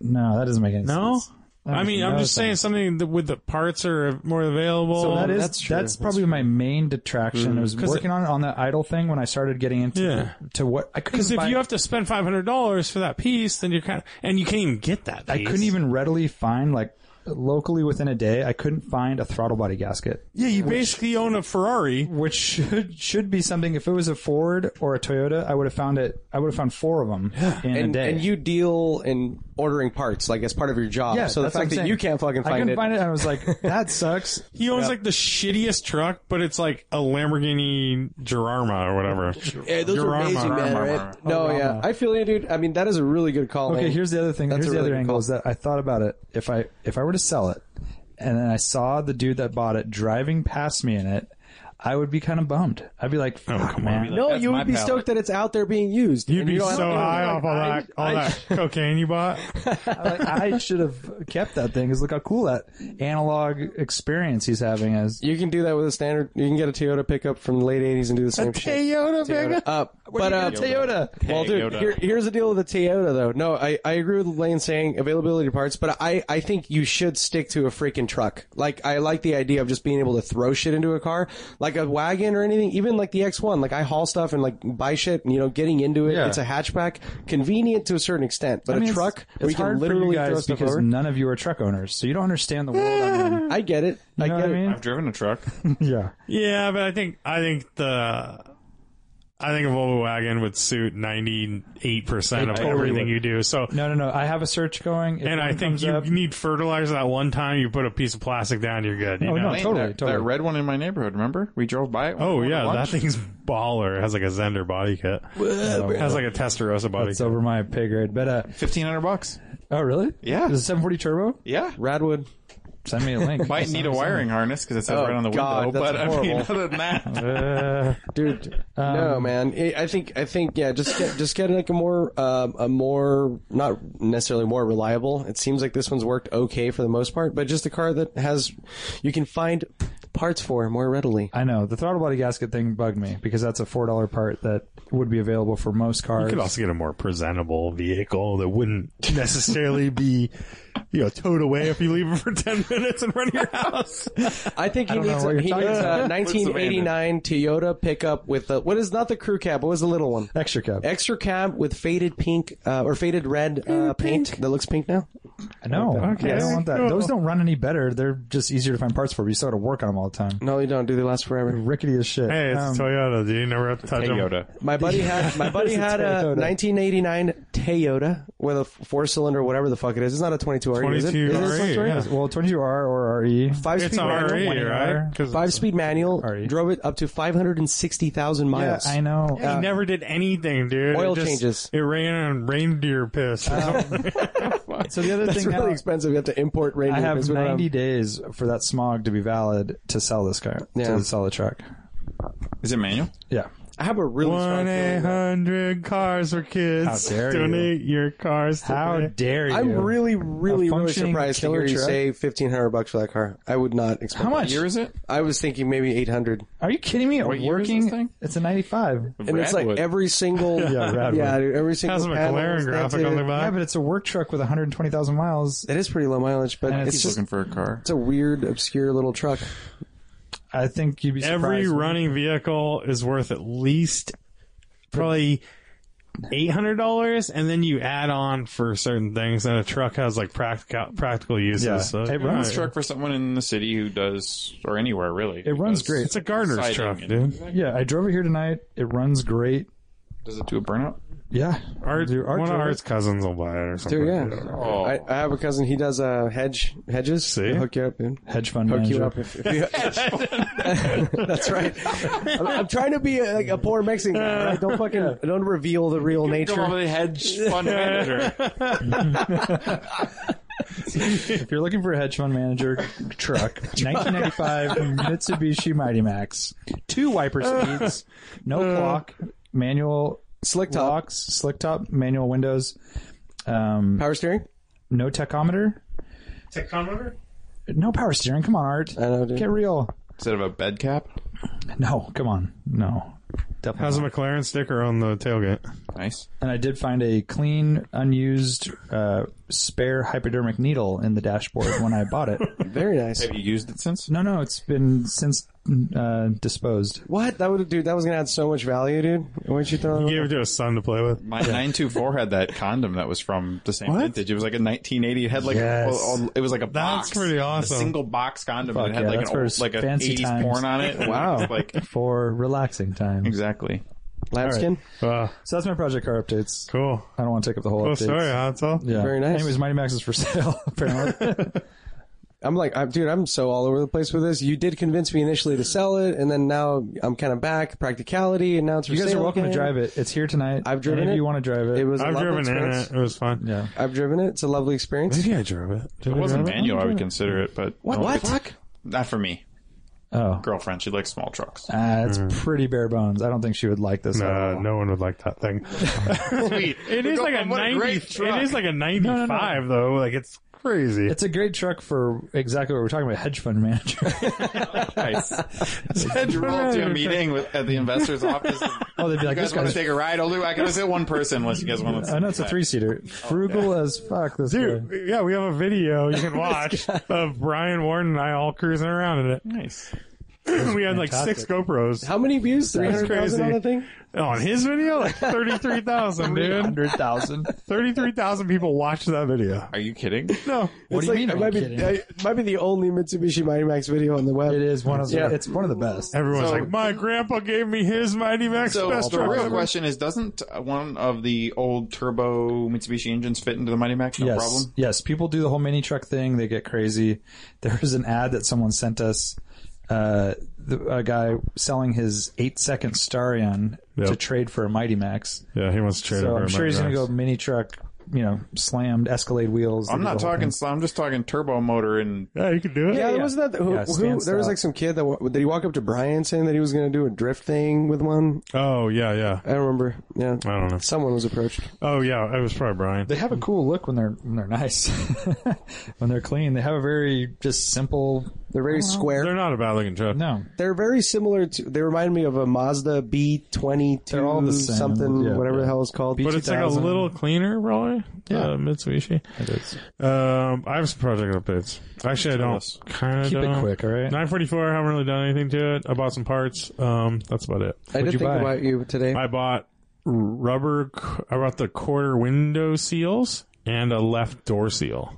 No, that doesn't make any No? sense. I mean, I'm another just thing. saying something that with the parts are more available. So that is that's that's, true. That's probably my main detraction. I was Mm-hmm. 'Cause working on on that idle thing when I started getting into Yeah. to what I couldn't Because if buy- you have to spend five hundred dollars for that piece, then you're kind of and you can't even get that. I piece. couldn't even readily find like locally within a day. I couldn't find a throttle body gasket, Yeah, you basically own a Ferrari. which should should be something. If it was a Ford or a Toyota, I would have found it. I would have found four of them in a And, day. and you deal in ordering parts, like as part of your job. yeah, so the that's what I'm fact that saying. you can't fucking I find couldn't it. find it. And I was like, that sucks. He owns like the shittiest truck, but it's like a Lamborghini Gerarma or whatever. Yeah, those are Gerarma, amazing, man. Gerarma. Right? No, yeah, I feel you, dude. I mean, that is a really good call. Okay, Hank. here's the other thing. That's here's a the really other good angle call. is that I thought about it. If I if I were to sell it, and then I saw the dude that bought it driving past me in it, I would be kind of bummed. I'd be like, "Fuck, man." no, That's you my would be palate. stoked that it's out there being used. You'd and be you don't have so to- high off all that, all that cocaine you bought. I, like, I should have kept that thing. Cause look how cool that analog experience he's having is. You can do that with a standard. You can get a Toyota pickup from the late '80s and do the same shit. Toyota, Toyota. Uh, but uh, Toyota. Well, dude, Toyota. here, here's the deal with the Toyota, though. No, I, I agree with Lane saying availability of parts, but I, I think you should stick to a freaking truck. Like, I like the idea of just being able to throw shit into a car, like a wagon or anything, even like the X1. Like, I haul stuff and like buy shit, and, you know, getting into it. Yeah. It's a hatchback, convenient to a certain extent, but I mean, a it's- truck, It's, where you can hard for you literally throw guys stuff because over. none of you are truck owners, so you don't understand the world. I'm in. I get it. I You know get what I it. mean? I've driven a truck. Yeah. Yeah, but I think I think the I think a Volvo wagon would suit ninety eight percent of totally everything would. you do. So No, no, no. I have a search going, If and I one think comes you up- need fertilizer that one time you put a piece of plastic down, you're good. You Oh, know? no. Totally, that, totally. that red one in my neighborhood. Remember, we drove by it. when Oh we went to yeah, that lunch. thing's baller. It has like a Zender body kit. It has like a Testarossa body It's kit. over my pay grade, but uh, fifteen hundred bucks. oh really? Yeah. Is it 740 turbo? Yeah, Radwood. Send me a link. might need a wiring harness because it says Oh, right on the God, window. that's but I mean, horrible. other than that, Um, dude. no, man. I- I think I think yeah. Just get just get like a more um a more not necessarily more reliable. It seems like this one's worked okay for the most part, but just a car that has you can find parts for more readily. I know the throttle body gasket thing bugged me because that's a four dollar part that would be available for most You cars. could also get a more presentable vehicle that wouldn't necessarily be, you know, towed away if you leave it for ten minutes in front of your house. I think he don't know needs, what a, you're he talking needs a about. 1989 Toyota pickup with the what is not the crew cab, but what was the little one? Extra cab. Extra cab with faded pink uh, or faded red uh, paint that looks pink now. no, Okay. I don't want that. Those don't run any better. They're just easier to find parts for. But you still got to work on them all the time. No, you don't. Do they last forever? Rickety as shit. Mm. Hey, it's Um, Toyota. Do you never have to touch them? Toyota. My buddy had my buddy had a 1989 Toyota with a four cylinder, whatever the fuck it is. It's not a 22 RE. Is it? Is it a 22 RE, 22? E, yeah. well, 22R or E. RE. Five It's speed a E. manual. RE, one right? hour. 'Cause Five speed manual. E. RE. Drove it up to 560,000 Yeah, miles. I know. he never did anything, dude. Oil It just- changes. It ran on reindeer piss. Oh, or something. so the other It's thing really now- expensive. You have to import radio. I have because we don't 90 days for that smog to be valid to sell this car, Yeah. to sell the truck. is it manual? Yeah. I have a really strong One eight feeling. hundred cars for kids. How dare you. Donate your cars. To How me. dare you? I'm really, really, A really functioning surprised to hear killer you truck? say 1500 bucks for that car. I would not expect How that. much? Year is it? I was thinking maybe 800. Are you kidding me? A What year is this working thing? It's a 95. And it's like Radwood. every single, Yeah, Radwood. dude, every single Has a panel McLaren is graphic on the dented. Yeah, back. but it's a work truck with 120,000 miles. It is pretty low mileage, but And it's it's He's just looking for a car. It's a weird, obscure little truck. I think you'd be surprised. Every running vehicle is worth at least probably eight hundred dollars, and then you add on for certain things. And a truck has like practical practical uses. Yeah. So, It runs Alright. Truck for someone in the city who does or anywhere really. It runs great. It's a gardener's Siding truck, and- dude. yeah, I drove it here tonight. It runs great. Does it do a burnout? Yeah. Art, Dude, Art one of drove Art's cousins will buy it or something. Dude, yeah. Oh. I, I have a cousin. He does uh, hedge hedges. See? He'll hook you up, dude. it. hedge fund Hook you manager. up. If, if you, that's right. I'm, I'm trying to be a, like a poor Mexican guy. Right? Don't fucking don't reveal the real nature. the hedge fund manager. If you're looking for a hedge fund manager truck, 1995 Mitsubishi Mighty Max, two wiper speeds, no clock, manual Uh. Slick top, locks, slick top, manual windows, um, power steering. no tachometer, Tachometer? no power steering. Come on, Art, I know, dude. get real. Instead of a bed cap, No, come on, no. Definitely. Has a McLaren sticker on the tailgate. Nice. and I did find a clean, unused uh, spare hypodermic needle in the dashboard when I bought it. Very nice. Have you used it since? No, no, it's been since uh, disposed. What? That would dude, that was gonna add so much value, dude. Weren't you throwing You gave it to a son to play with. My 924 had that condom that was from the same What? vintage. It was like a 1980. It had like Yes. a, a- it was like a That's box, pretty awesome. A single box condom. Fuck and it had yeah, like that's an for old, like a fancy 80s times. porn on it. And it was like For relaxing time. exactly. lambskin? Wow, So that's my project car updates. cool. I don't want to take up the whole Cool update. story, Hansel. Yeah. Very nice. Anyways, Mighty Max is for sale, apparently. I'm like, I'm, dude, I'm so all over the place with this. You did convince me initially to sell it, and then now I'm kind of back practicality, and now it's for you guys are sale welcome to again. drive it. It's here tonight. I've driven Any of it. you want to drive it. It was. a I've lovely driven in experience. it. It was fun. Yeah. I've driven it. It's a lovely experience. Maybe I drove it. Did If I it wasn't drive manual, I would consider it, but What? What? Fuck? not for me. Oh. Girlfriend, she likes small trucks. Uh, it's pretty bare bones. I don't think she would like this. at Nah, all. Uh, no one would like that thing. it is like a What a ninety. great truck. It is like a ninety-five though. Like it's crazy. It's a great truck for exactly what we're talking about, hedge fund manager. Nice. you roll up to a meeting with, at the investor's office. oh, they'd be You like, this guys want guy's. to take a ride? I'll do. I can only sit one person unless you guys want to. I know it's a three seater. Frugal as fuck. This guy. Dude, yeah, we have a video you can watch of Brian Warren and I all cruising around in it. Nice. we had like six GoPros. How many views? Three That's hundred thousand on crazy. the thing. On his video, like 33,000, dude. hundred thousand. 33,000 people watched that video. Are you kidding? No. What do like, you mean? It Are might you be, kidding? uh, it might be the only Mitsubishi Mighty Max video on the web. It is one of the. Yeah. It's one of the best. Everyone's So- like, my grandpa gave me his Mighty Max So best the truck real ever." question is, doesn't one of the old turbo Mitsubishi engines fit into the Mighty Max? No yes. problem. Yes. People do the whole mini truck thing. They get crazy. There was an ad that someone sent us. Uh, the, a guy selling his eight second Starion Yep. to trade for a Mighty Max. Yeah, he wants to trade it So for a I'm sure Mighty he's going to Max. go mini truck, you know, slammed Escalade wheels. I'm not talking. Slow, I'm just talking turbo motor and Yeah, you can do it. Yeah, there wasn't that. Who, Yeah, who, stand there was stop. like some kid that wa- did he walk up to Brian saying that he was going to do a drift thing with one. Oh, yeah, yeah. I don't remember. Yeah, I don't know. someone was approached. Oh, yeah, it was probably Brian. They have a cool look when they're when they're nice, when they're clean. They have a very just simple. They're very square. They're not a bad looking truck. No, They're very similar to. They remind me of a Mazda B twenty They're all two the same. something, Yeah, whatever yeah. the hell it's called. But it's like a 2000. little cleaner, probably. Yeah, Mitsubishi. it is. Um, I have some project updates. Actually, I us. don't. Kind of Keep it quick, all right? Nine forty four. Haven't really done anything to it. I bought some parts. Um, that's about it. I did you think buy? about you today. I bought rubber. c- I bought the quarter window seals and a left door seal.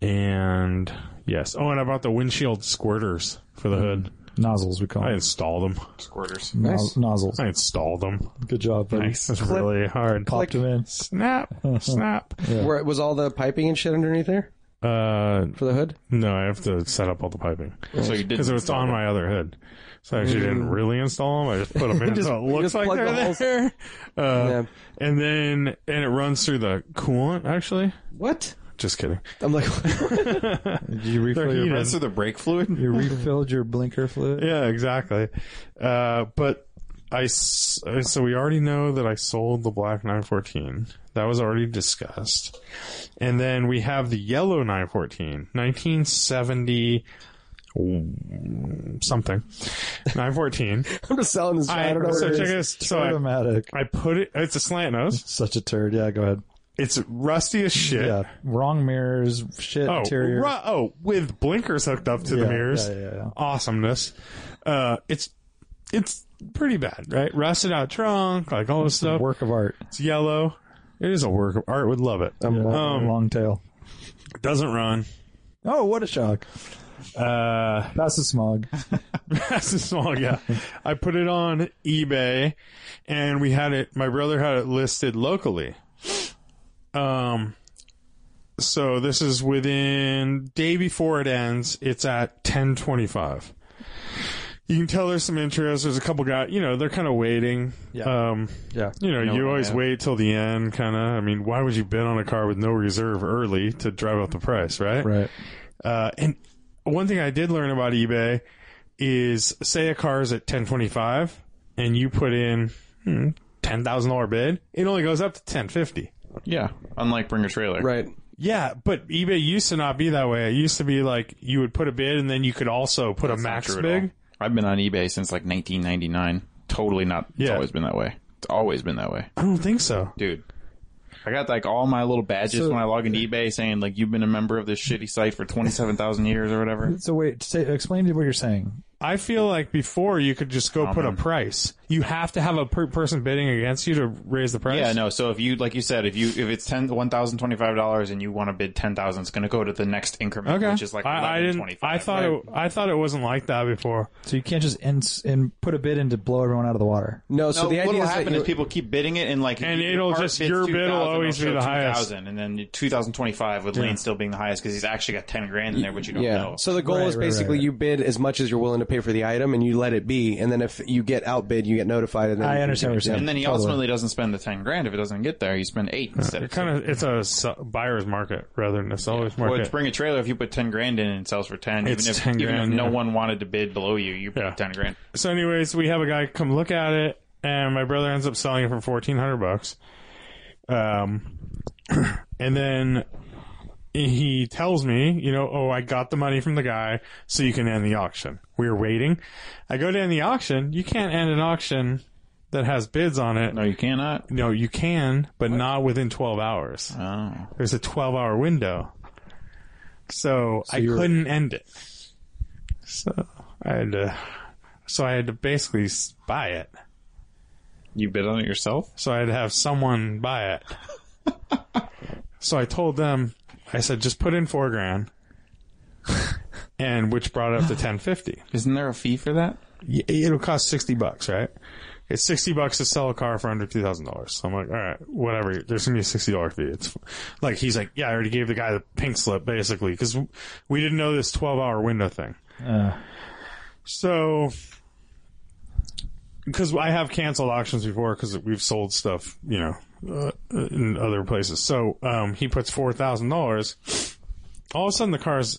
And yes. Oh, and I bought the windshield squirters for the hood. Nozzles we call I them. installed them. squirters. No- Nice. Nozzles. I installed them. Good job, buddy. That's really hard. Popped them in. Snap. Snap. Where was all the piping and shit underneath there Uh, for the hood? no, I have to set up all the piping. So you did because it was on my other hood. So I actually didn't really install them. I just put them in so it Oh, looks Mm. just like plug they're the holes. there. Yeah. Uh, And then and it runs through the coolant. Actually, What? just kidding. I'm like, Did you refill They're your, heated. Runs through the brake fluid. you refilled your blinker fluid? Yeah, exactly. Uh, but I s- uh, so we already know that I sold the black 914. That was already discussed. And then we have the yellow 914, 1970 mm, something 914. I'm just selling this. I, I, don't know. so what it check is. this. So I, Automatic. I put it. It's a slant nose. Such a turd. Yeah, go ahead. It's rusty as shit. Yeah. Wrong mirrors. Shit. Oh, interior. ru- oh, with blinkers hooked up to Yeah, the mirrors. yeah, yeah, yeah. Awesomeness. Uh, it's it's pretty bad, right? Rusted out trunk, like all this stuff. Work of art. It's yellow. It is a work of art. Would love it. Um, Um, Long- long tail. It doesn't run. Oh, what a shock. Uh, That's a smog. that's a small yeah. I put it on eBay, and we had it. My brother had it listed locally. Um, so this is within day before it ends. It's at ten twenty five. You can tell there's some interest. There's a couple guys, you know, they're kind of waiting. Yeah. Um, Yeah. you know, you what I always have. wait till the end, kind of. I mean, why would you bid on a car with no reserve early to drive up the price, right? Right. Uh, and one thing I did learn about eBay is say a car is at 1025 and you put in hmm, $10,000 bid, it only goes up to 1050. Yeah. Unlike bring a trailer. Right. Yeah, but eBay used to not be that way. It used to be like you would put a bid and then you could also put a It's not max true at bid. all. I've been on eBay since like 1999. totally not. It's Yeah. always been that way. It's always been that way, I don't think so. dude. I got like all my little badges So- when I log into eBay saying like you've been a member of this shitty site for twenty seven thousand years or whatever. So wait, say, explain what you're saying. I feel like before you could just go put a Common. price. You have to have a per- person bidding against you to raise the price. Yeah, no. So if you like you said, if you if it's ten one thousand twenty five dollars and you want to bid ten thousand, it's going to go to the next increment, Okay. which is like I, I eleven didn't. twenty five. I thought it, I thought it wasn't like that before. So you can't just in, in put a bid in to blow everyone out of the water. No, No, so the what'll idea is happen that is you, people keep bidding it, and like, And if it'll Hart just- bids your bid will 2,000, always it'll be the show highest. 2,000, and then 2025 with Lane still being the highest because he's actually got 10 grand in there, but you don't yeah. know. So the goal Right, is right, right, basically right. you bid as much as you're willing to pay for the item, and you let it be. And then if you get outbid, you get notified. And then I understand what you're saying. and then he ultimately doesn't spend the 10 grand if it doesn't get there. You spend eight instead It of kind of it's a s- buyer's market rather than a seller's Or market. spring a trailer if you put 10 grand in and it sells for 10. It's even if, 10 even if grand, no yeah. one wanted to bid below you, you put Yeah. 10 grand. so, anyways, we have a guy come look at it, and my brother ends up selling it for fourteen hundred bucks. Um, and then he tells me, you know, oh, I got the money from the guy, so you can end the auction. We were waiting. I go to end the auction. You can't end an auction that has bids on it. No, you cannot. No, you can, but not within 12 hours. Oh. There's a 12 hour window. So, I you're- couldn't end it. So I had to, so I had to basically s- buy it. You bid on it yourself? So I had to have someone buy it. so I told them, I said, just put in four grand. and which brought it up to 1050. Isn't there a fee for that? Y- it'll cost 60 bucks, right? It's 60 bucks to sell a car for under $2,000. So I'm like, all right, whatever. There's going to be a $60 fee. It's like, he's like, yeah, I already gave the guy the pink slip basically because we didn't know this 12 hour window thing. Uh, So, because I have canceled auctions before because we've sold stuff, you know, uh, in other places. So um, he puts four thousand dollars. All of a sudden, the car's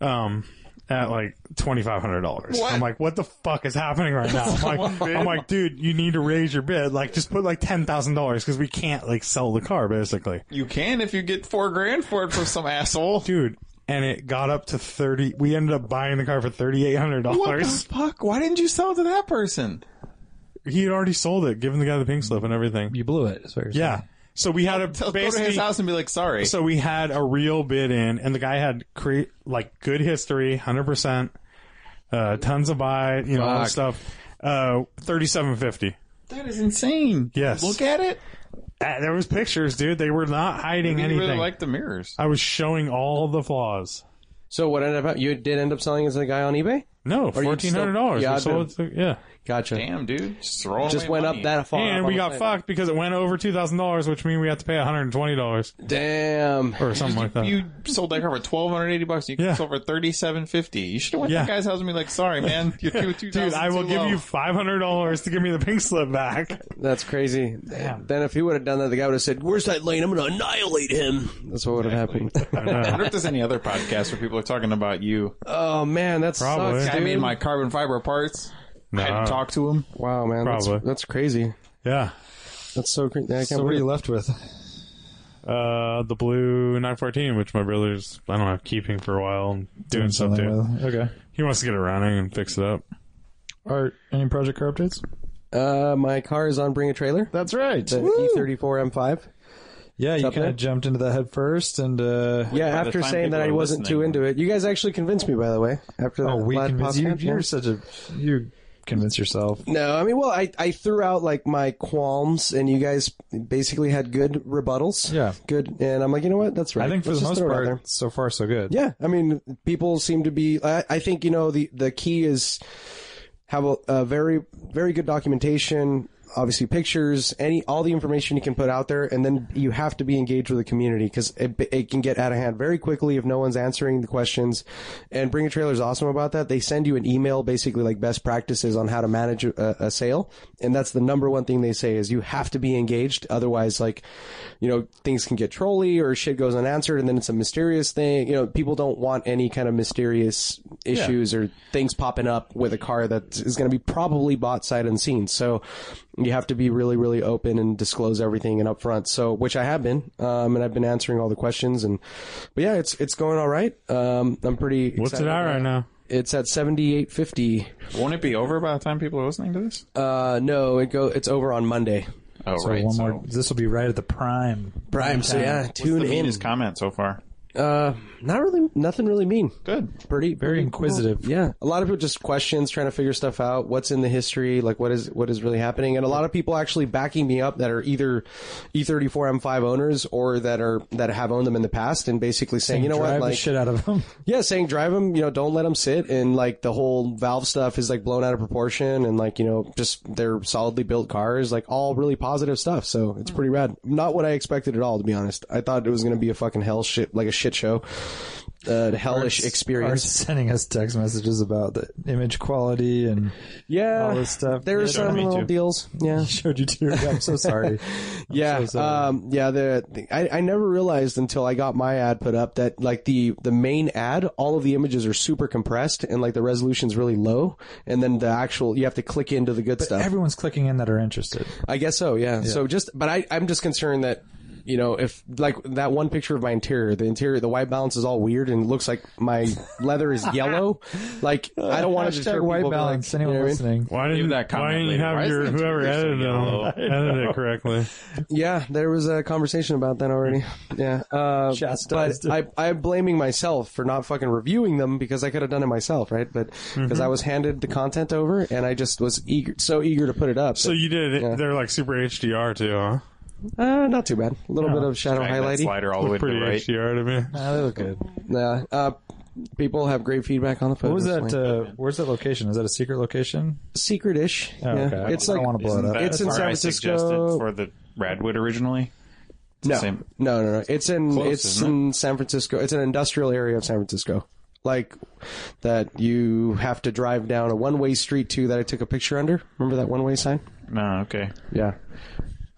um at like twenty five hundred dollars. I'm like, what the fuck is happening right now? I'm like, I'm like, dude, you need to raise your bid. Like, just put like ten thousand dollars because we can't like sell the car basically, You can if you get four grand for it from some asshole. dude. And it got up to thirty. We ended up buying the car for thirty eight hundred dollars. fuck? Why didn't you sell it to that person? He had already sold it, given the guy the pink slip and everything. you blew it. Is what you're saying. Yeah. So we had a basically. and be like, sorry. So we had a real bid in, and the guy had create like good history, hundred percent, uh, tons of buy, you know, all this stuff. Uh, thirty-seven fifty. that is insane. Yes. Look at it. Uh, there was pictures, dude. They were not hiding You anything. really like the mirrors. I was showing all the flaws. so what ended up you did end up selling it to the guy on eBay. No, you fourteen hundred dollars. still- yeah, I yeah. Gotcha. Damn, dude. Just throwing Just away went money. up that far. And up we on got the fucked because it went over two thousand dollars, which means we have to pay one hundred and twenty dollars Damn. or something like that. You sold that car for twelve hundred eighty bucks. You Yeah. sold for thirty seven fifty. You should have went Yeah. to that guy's house and be like, "Sorry, man, you're two two Dude, I will give you five hundred dollars to give me the pink slip back. That's crazy. Then if he would have done that, the guy would have said, "Where's that lane? I'm going to annihilate him." That's what would have happened. I wonder if there's any other podcast where people are talking about you. oh man, that Probably. sucks, I dude. made my carbon fiber parts. I had No. to talk to him. wow, man, that's, Probably. that's crazy. Yeah. That's so crazy. I can't So what are believe- you left with? Uh, the blue 914, which my brother's, I don't know, keeping for a while and doing stuff Something to. with- Okay. He wants to get it running and fix it up. Are any project car updates? uh, my car is on bring a trailer, That's right. the E E34 M5. yeah, you up kind there? of jumped into that head first, and uh, Yeah, By the after time saying people that I are wasn't too listening. into it, you guys actually convinced me. By the way, after that oh, we last convince you. podcast, yeah. You're such a you convince yourself. No, I mean, well, I, I threw out like my qualms, and you guys basically had good rebuttals. Yeah. good. And I'm like, you know what? That's right. I think for Let's the just most throw it out there. part, so far so good. Yeah, I mean, people seem to be. I, I think you know the the key is have a, a very very good documentation, obviously pictures, any all the information you can put out there, and then you have to be engaged with the community because it, it can get out of hand very quickly if no one's answering the questions. And Bring a Trailer is awesome about that. They send you an email basically like best practices on how to manage a, a sale, and that's the number one thing they say is you have to be engaged, otherwise like you know, things can get trolly or shit goes unanswered and then it's a mysterious thing. You know, people don't want any kind of mysterious issues or things popping up with a car that is going to be probably bought sight unseen. So you have to be really, really open and disclose everything and upfront. So, which I have been, um, and I've been answering all the questions and, but yeah, it's, it's going all right. Um, I'm pretty What's it excited at about right now? It's at seventy eight fifty. Won't it be over by the time people are listening to this? Uh, no, it go. It's over on Monday. Oh, So right. one so more. This will be right at the prime. Prime. So yeah, what's the tune in. meanest comment so far? Uh, not really. Nothing really mean. Good. Pretty, Very inquisitive. Yeah, a lot of people just questions, trying to figure stuff out. What's in the history? Like, what is what is really happening? And a lot of people actually backing me up that are either E E34 M5 owners or that are that have owned them in the past, and basically saying, you know drive what, the like, shit out of them. yeah, saying drive them, you know, don't let them sit, and like the whole Valve stuff is like blown out of proportion, and like you know, just they're solidly built cars, like all really positive stuff. So it's pretty rad. Not what I expected at all, to be honest. I thought it was gonna be a fucking hell shit, like a shit show, uh, hellish Are experience. sending us text messages about the image quality and Yeah, all this stuff. There were Yeah, some me little too. deals. Yeah, showed you too. I'm so sorry. yeah, um, yeah. The, the- I I never realized until I got my ad put up that like the the main ad, all of the images are super compressed and like the resolution's really low, and then the actual you have to click into the good stuff. Everyone's clicking in that are interested. I guess so. Yeah. So just, but I I'm just concerned that. You know, if like that one picture of my interior, the interior, the white balance is all weird and it looks like my leather is yellow. Like I don't want to Hashtag deter white people, but, like, balance. you know Anyone what I mean? listening? Why didn't, that comment why didn't you later. Why have is your the interior whoever so edited, yellow? it, edited it correctly? Yeah, there was a conversation about that already. Yeah, uh, Chastised but I, I'm blaming myself for not fucking reviewing them because I could have done it myself, right? But because Mm-hmm. I was handed the content over and I just was eager, so eager to put it up. So you did it. They're like super HDR too, huh? uh, not too bad. A little bit of shadow Drag that highlighting. slider all the way to Pretty the right. HDR to me. Nah, they look good. What Yeah, uh, people have great feedback on the photos. was that? like, Uh, where's that location? Is that a secret location? secret-ish? Oh, yeah, okay. I it's don't like wanna blow it up. It's in where San I Francisco. suggested for the Radwood originally. No, Same. no, no, no. It's in Close, it's isn't it? in San Francisco. It's an industrial area of San Francisco, like that you have to drive down a one way street to that I took a picture under. Remember that one way sign? No, okay. Yeah.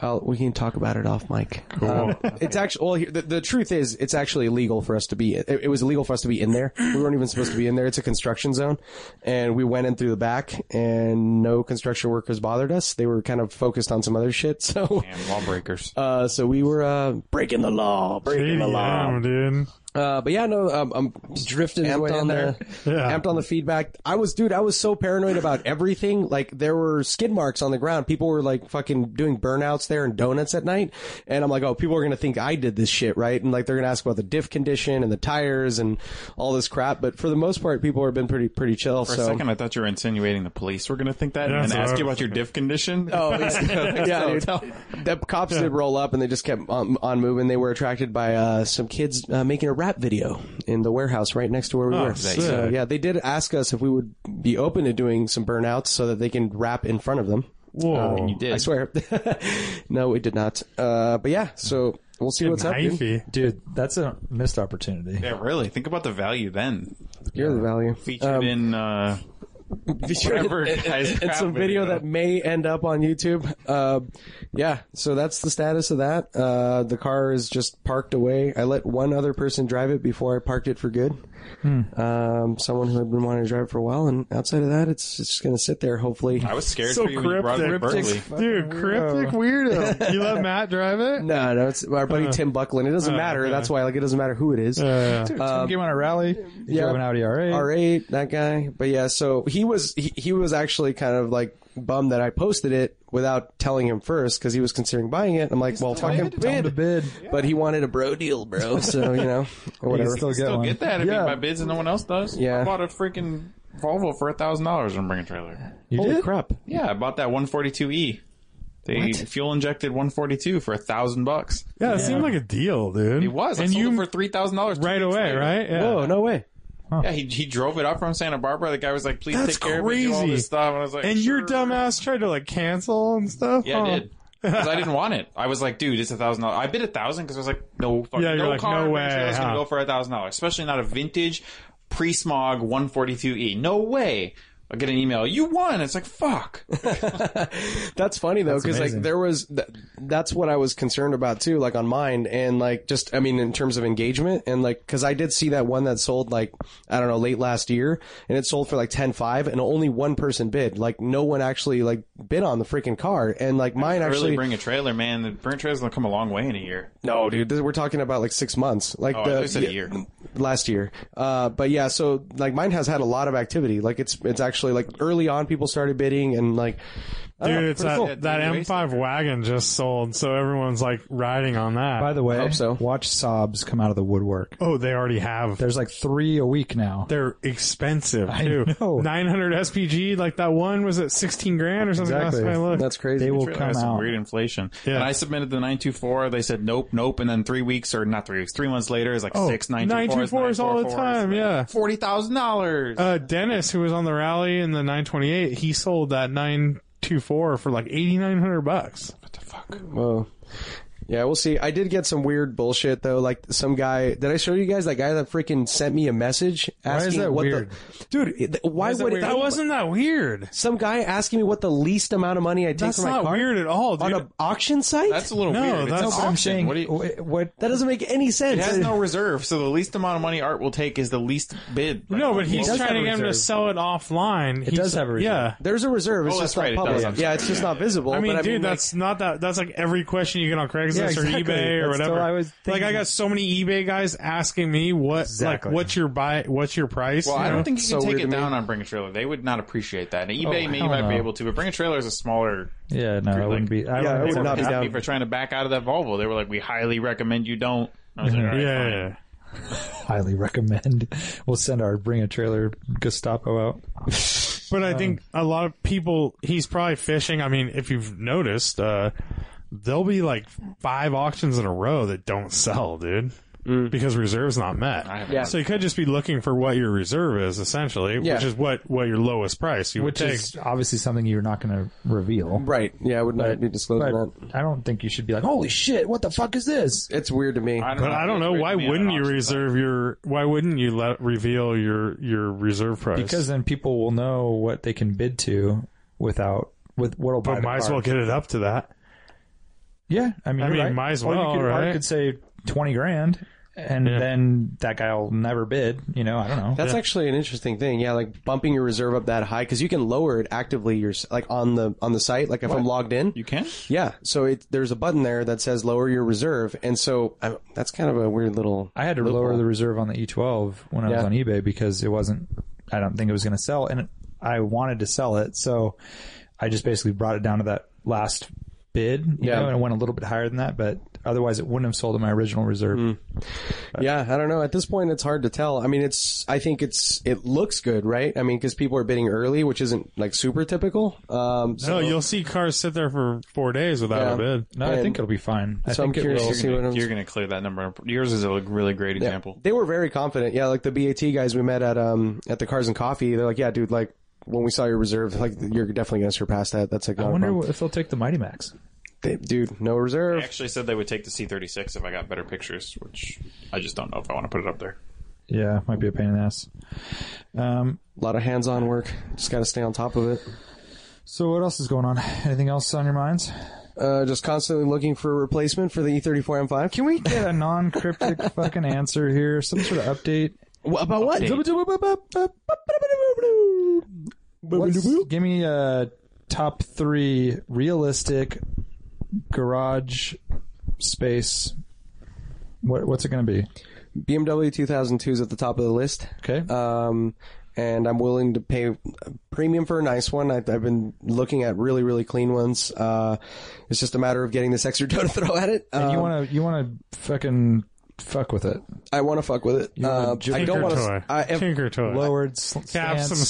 I'll, we can talk about it off mic. Uh, Cool. it's actually well. Here, the, the truth is, it's actually illegal for us to be. It, it was illegal for us to be in there. We weren't even supposed to be in there. It's a construction zone, and we went in through the back, and no construction workers bothered us. They were kind of focused on some other shit. So And wall breakers. uh, so we were uh, breaking the law, breaking the law. Damn, dude. Uh, but yeah, no, um, I'm drifting his way amped in on there. The, Yeah. Amped on the feedback. I was, dude, I was so paranoid about everything. Like there were skid marks on the ground. People were like fucking doing burnouts there and donuts at night. And I'm like, oh, people are gonna think I did this shit, right? And like they're gonna ask about the diff condition and the tires and all this crap. But for the most part, people have been pretty pretty chill. For so a second, I thought you were insinuating the police were going to think that Yeah, and so ask I- you about your diff condition. Oh, he's- yeah, dude. The cops did roll up, and they just kept on, on moving. They were attracted by uh, some kids uh, making a rap video in the warehouse right next to where we were. sick. So yeah, they did ask us if we would be open to doing some burnouts so that they can rap in front of them. Whoa. Uh, you did. I swear. no, we did not. Uh, but yeah, so we'll see what's up. Dude. Knifey. Dude, that's a missed opportunity. Yeah, really. Think about the value then. You're the value. Featured Um, in uh, whatever guy's crap it's a video that may end up on YouTube. Uh, yeah, so that's the status of that. Uh, the car is just parked away. I let one other person drive it before I parked it for good. Hmm. Um, someone who had been wanting to drive it for a while, and outside of that, it's, it's just going to sit there. Hopefully, I was scared So for you when you brought cryptic. up Berkeley. Dude, cryptic weirdo. You let Matt drive it? no, no, it's our Uh, buddy Tim Buckland. It doesn't matter. That's why, like, it doesn't matter who it is. Dude, Uh, someone came on a rally. He drove an Audi R8. R8, that guy. But yeah, so he was he, he was actually kind of like bummed that I posted it without telling him first because he was considering buying it. I'm like, well, fucking Tell him bid. to bid. But he wanted a bro deal, bro. So you know, or You can whatever. still get Still one. get that if yeah, you buy bids and no one else does. Yeah. I bought a freaking Volvo for a thousand dollars and bring a trailer. you Holy did? crap! Yeah, I bought that 142e. E. They fuel injected 142 for a thousand bucks. Yeah, it seemed like a deal, dude. It was. I And sold you it for three thousand dollars right away, right? Yeah. Oh no way! Yeah, he, he drove it up from Santa Barbara. The guy was like, "Please That's take care of it, do all crazy. this stuff." And I was like, And your "Sure." dumbass tried to like cancel and stuff. Oh. Yeah, huh? I did. Because I didn't want it. I was like, dude, it's a thousand dollars. I bid a thousand because I was like, no, fuck, Yeah, you're no like, car no in way, Venezuela is huh? gonna go for a thousand dollars, especially not a vintage pre-smog 142e. No way. I get an email. You won. It's like fuck. That's funny though, because like amazing. there was th- that's what I was concerned about too, like on mine and like just I mean in terms of engagement and like because I did see that one that sold like I don't know late last year and it sold for like ten five and only one person bid, like no one actually like bid on the freaking car and like mine really actually bring a trailer, man. The bring a trailer's gonna come a long way in a year. no dude this, we're talking about like six months like Oh, I the thought you said a year. last year. Uh, but yeah, so like mine has had a lot of activity. Like it's it's actually like early on people started bidding and like I don't Dude, know, it's Oh, pretty that, cool. that Dude, M5 wagon just sold, so everyone's like riding on that. By the way, hope so. watch sobs come out of the woodwork. oh, they already have. There's like three a week now. They're expensive too. know. 900 SPG, like that one was at 16 grand or something. Exactly. Last time I looked. that's crazy. They will Really come has some out. weird inflation. Yeah. And I submitted the 924. They said nope, nope. And then three weeks or not three weeks, three months later is like Oh, six 924s. 924s all the time. Yeah. Forty thousand dollars. Uh, Dennis, who was on the rally in the 928, he sold that 924 for like 8,900 bucks. Whoa. Yeah, we'll see. I did get some weird bullshit though. Like some guy, did I show you guys that guy that freaking sent me a message asking that what weird? the dude? it- Why would it, That wasn't that weird. some guy asking me what the least amount of money I take That's from my not car weird at all, on dude. an auction site? that's a little No, weird. that's- it's an I'm auction. saying, What do you, wh- what- that doesn't make any sense. it has no reserve, so the least amount of money Art will take is the least bid. no, but he's does trying to have a get him to reserve. sell it offline. It does have a reserve. Yeah. There's a reserve. It's Oh, just that's not right, it public. does, I'm yeah, sorry. it's just not visible. I mean, but dude, like, that's not that. That's like every question you get on Craigslist Yeah, exactly. or eBay or That's whatever. still- I was like, I thinking- got so many eBay guys asking me what, Exactly. like, what's your buy, what's your price? Well, you I know? don't think you so can take weird it to me. down on Bring a Trailer. They would not appreciate that. And Oh, eBay, may, you hell might be no. able to, but Bring a Trailer is a smaller. Yeah, no, I wouldn't be. Yeah, I wouldn't it would be- not be Happy down. for trying to back out of that Volvo. They were like, "We highly recommend you don't." I was like, "All right, Yeah, fine." yeah, yeah. highly recommend. We'll send our bring a trailer Gestapo out. But I think a lot of people, he's probably fishing. I mean, if you've noticed, uh, there'll be like five auctions in a row that don't sell, dude, because reserve's not met. haven't Mm. Yeah. So you could just be looking for what your reserve is, essentially, Yeah. which is what, what your lowest price you Which would take. is obviously something you're not going to reveal. right. Yeah, I would not be disclosing But that. I don't think you should be like, holy shit, what the fuck is this? It's weird to me. but I don't know why wouldn't you reserve your why wouldn't you let reveal your your reserve price? Because then people will know what they can bid to without with what'll buy but the might as car. well get it up to that. Yeah, I mean, I you're mean, right. might as Or you well, could, or I right? could say twenty grand, and then that guy will never bid. You know, I don't know. That's actually an interesting thing. Yeah, like bumping your reserve up that high because you can lower it actively. Your like on the on the site. Like if I'm logged in, You can. yeah. So it, there's a button there that says lower your reserve, and so I, that's kind of a weird little. I had to lower the reserve on the E12 when I was Yeah. on eBay because it wasn't. I don't think it was going to sell, and I wanted to sell it, so I just basically brought it down to that last bid. You Yeah. know, and it went a little bit higher than that, but otherwise it wouldn't have sold at my original reserve. Mm. Yeah, I don't know. At this point, it's hard to tell. I mean, it's. I think it's. It looks good, right? I mean, because people are bidding early, which isn't like super typical. Um, so, No, you'll see cars sit there for four days without Yeah. a bid. No, I And- think it'll be fine. I so I'm think it curious will. to see what I'm. You're going to clear that number. up. Yours is a really great example. They were very confident. Yeah, like the BAT guys we met at um at the Cars and Coffee. They're like, yeah, dude, like when we saw your reserve, like you're definitely gonna surpass that. That's like, I not a wonder problem. if they'll take the Mighty Max. They- dude, no reserve. They actually said they would take the C36 if I got better pictures, which I just don't know if I want to put it up there. Yeah, might be a pain in the ass. Um, A lot of hands-on work. Just gotta stay on top of it. so what else is going on? Anything else on your minds? Uh, just constantly looking for a replacement for the E E34 M5. Can we? Get a non-cryptic fucking answer here. Some sort of update. What, uh, about what? What's- give me a top three realistic garage space. What, what's it going to be? BMW 2002 is at the top of the list. Okay. Um, and I'm willing to pay a premium for a nice one. I, I've been looking at really, really clean ones. Uh, it's just a matter of getting this extra dough to throw at it. and you Um, want to you want to fucking fuck with it. I want to fuck with it. Uh, I don't want Tinker to. I, toy. if- Tinker toy. Lowered sl- Cap some stance.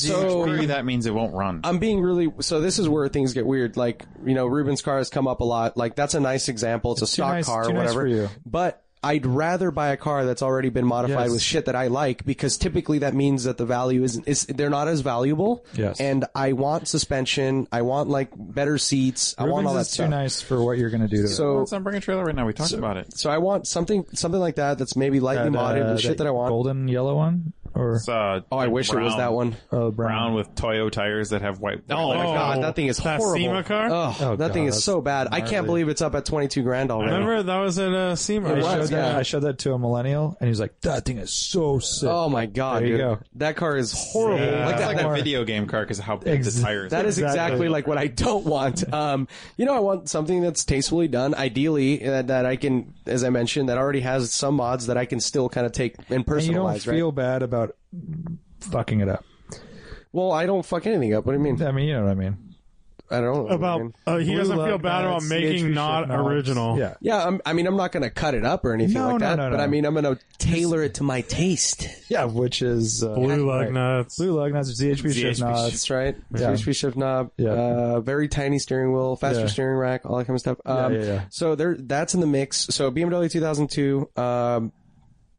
snaps. So- Maybe that means it won't run. I'm being really. So this is where things get weird. Like you know, Ruben's car has come up a lot. Like that's a nice example. It's, a stock nice- car, or too nice whatever. for you. But. I'd rather buy a car that's already been modified Yes. with shit that I like because typically that means that the value isn't is they're not as valuable. Yes. And I want suspension. I want like better seats. I want all that Rubens is stuff. too nice for what you're going to do to it. So Let's not bring a trailer right now. We talked about it. so I want something something like that that's maybe lightly That, modded, uh, the shit that that I want. Golden yellow one. Or It's, uh, Oh, I wish it was brown- that one. oh, Brown brown. with Toyo tires that have white. Oh my Oh, god, that thing is that horrible. SEMA car? Oh, Oh, that God, thing is that's so bad. I can't gnarly. believe it's up at twenty two grand already. Remember that was at uh, SEMA. It I was. showed, that, yeah. I showed that to a millennial, and he was like, "That thing is so sick." Oh my god, There you dude. go. That car is horrible. Yeah. Like It's that, like that- a video game car because of how big Ex- the tires. that are. is exactly. Exactly. like what I don't want. Um, you know, I want something that's tastefully done, ideally uh, that I can, as I mentioned, that already has some mods that I can still kind of take and personalize. and you don't right? feel bad about fucking it up. Well, I don't fuck anything up. What do you mean? I mean, you know what I mean. I don't know. I about mean, uh, he Blue doesn't feel Love bad about Nuts, making CHP not Shit Knobs. original. Yeah, yeah, I'm, I mean, I'm not going to cut it up or anything No, like no, that. no, but no. I mean, I'm going to tailor it to my taste. yeah, which is uh, Blue lug right. nuts. Blue lug nuts, ZHP, shift ZHP nuts. That's right. Yeah. Three shift knob. Yeah. Uh, very tiny steering wheel, faster Yeah. steering rack, all that kind of stuff. Um, yeah, yeah. So there, that's in the mix. So BMW 2002. Um,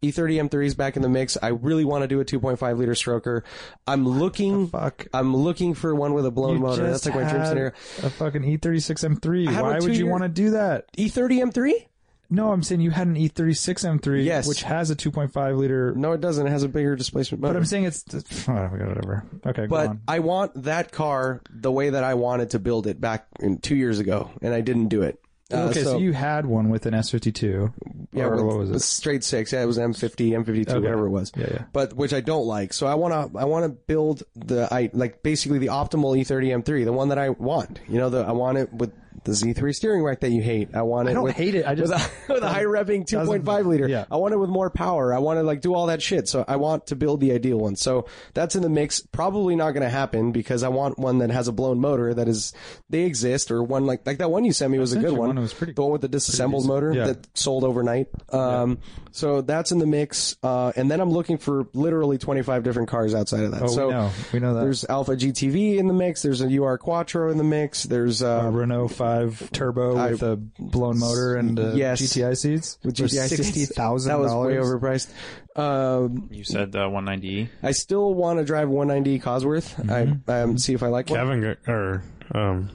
E30 M3 is back in the mix. I really want to do a 2.5 liter stroker. I'm looking. Fuck. I'm looking for one with a blown You motor. just That's like my dream had scenario. A fucking E E36 M3. have a Why would you two-year- want to do that? E30 M3? No, I'm saying you had an E E36 M3, Yes. which has a 2.5 liter. No, it doesn't. It has a bigger displacement motor. But I'm saying it's whatever. Okay, go but on. I want that car the way that I wanted to build it back in two years ago, and I didn't do it. Uh, okay, so, you had one with an S52. yeah, or with- what was with it? Straight six. Yeah, it was M50, M52, whatever it was. Yeah, yeah. But which I don't like. So I want to, I want to build the, I like basically the optimal E E30 M3, the one that I want. You know, the I want it with the Z3 steering rack that you hate. I want it. I don't with, hate it. I just- with a, with a high revving 2.5 liter. yeah. I want it with more power. I want to like do all that shit. So I want to build the ideal one. So that's in the mix. Probably not going to happen because I want one that has a blown motor that is they exist or one like like that one you sent me was a sent good you one. one that was pretty the one with the disassembled motor Yeah. that sold overnight. Um, so that's in the mix. Uh, and then I'm looking for literally 25 different cars outside of that. Oh, we so know. We know that. There's Alpha GTV in the mix. There's a UR Quattro in the mix. There's uh, A Renault 5 turbo with a blown motor and uh, Yes. GTI seats with for GTI sixty thousand That was dollars. way overpriced. Um, You said uh, 190. I still want to drive 190 Cosworth. Mm-hmm. I um, see if I like one. Kevin got, or um,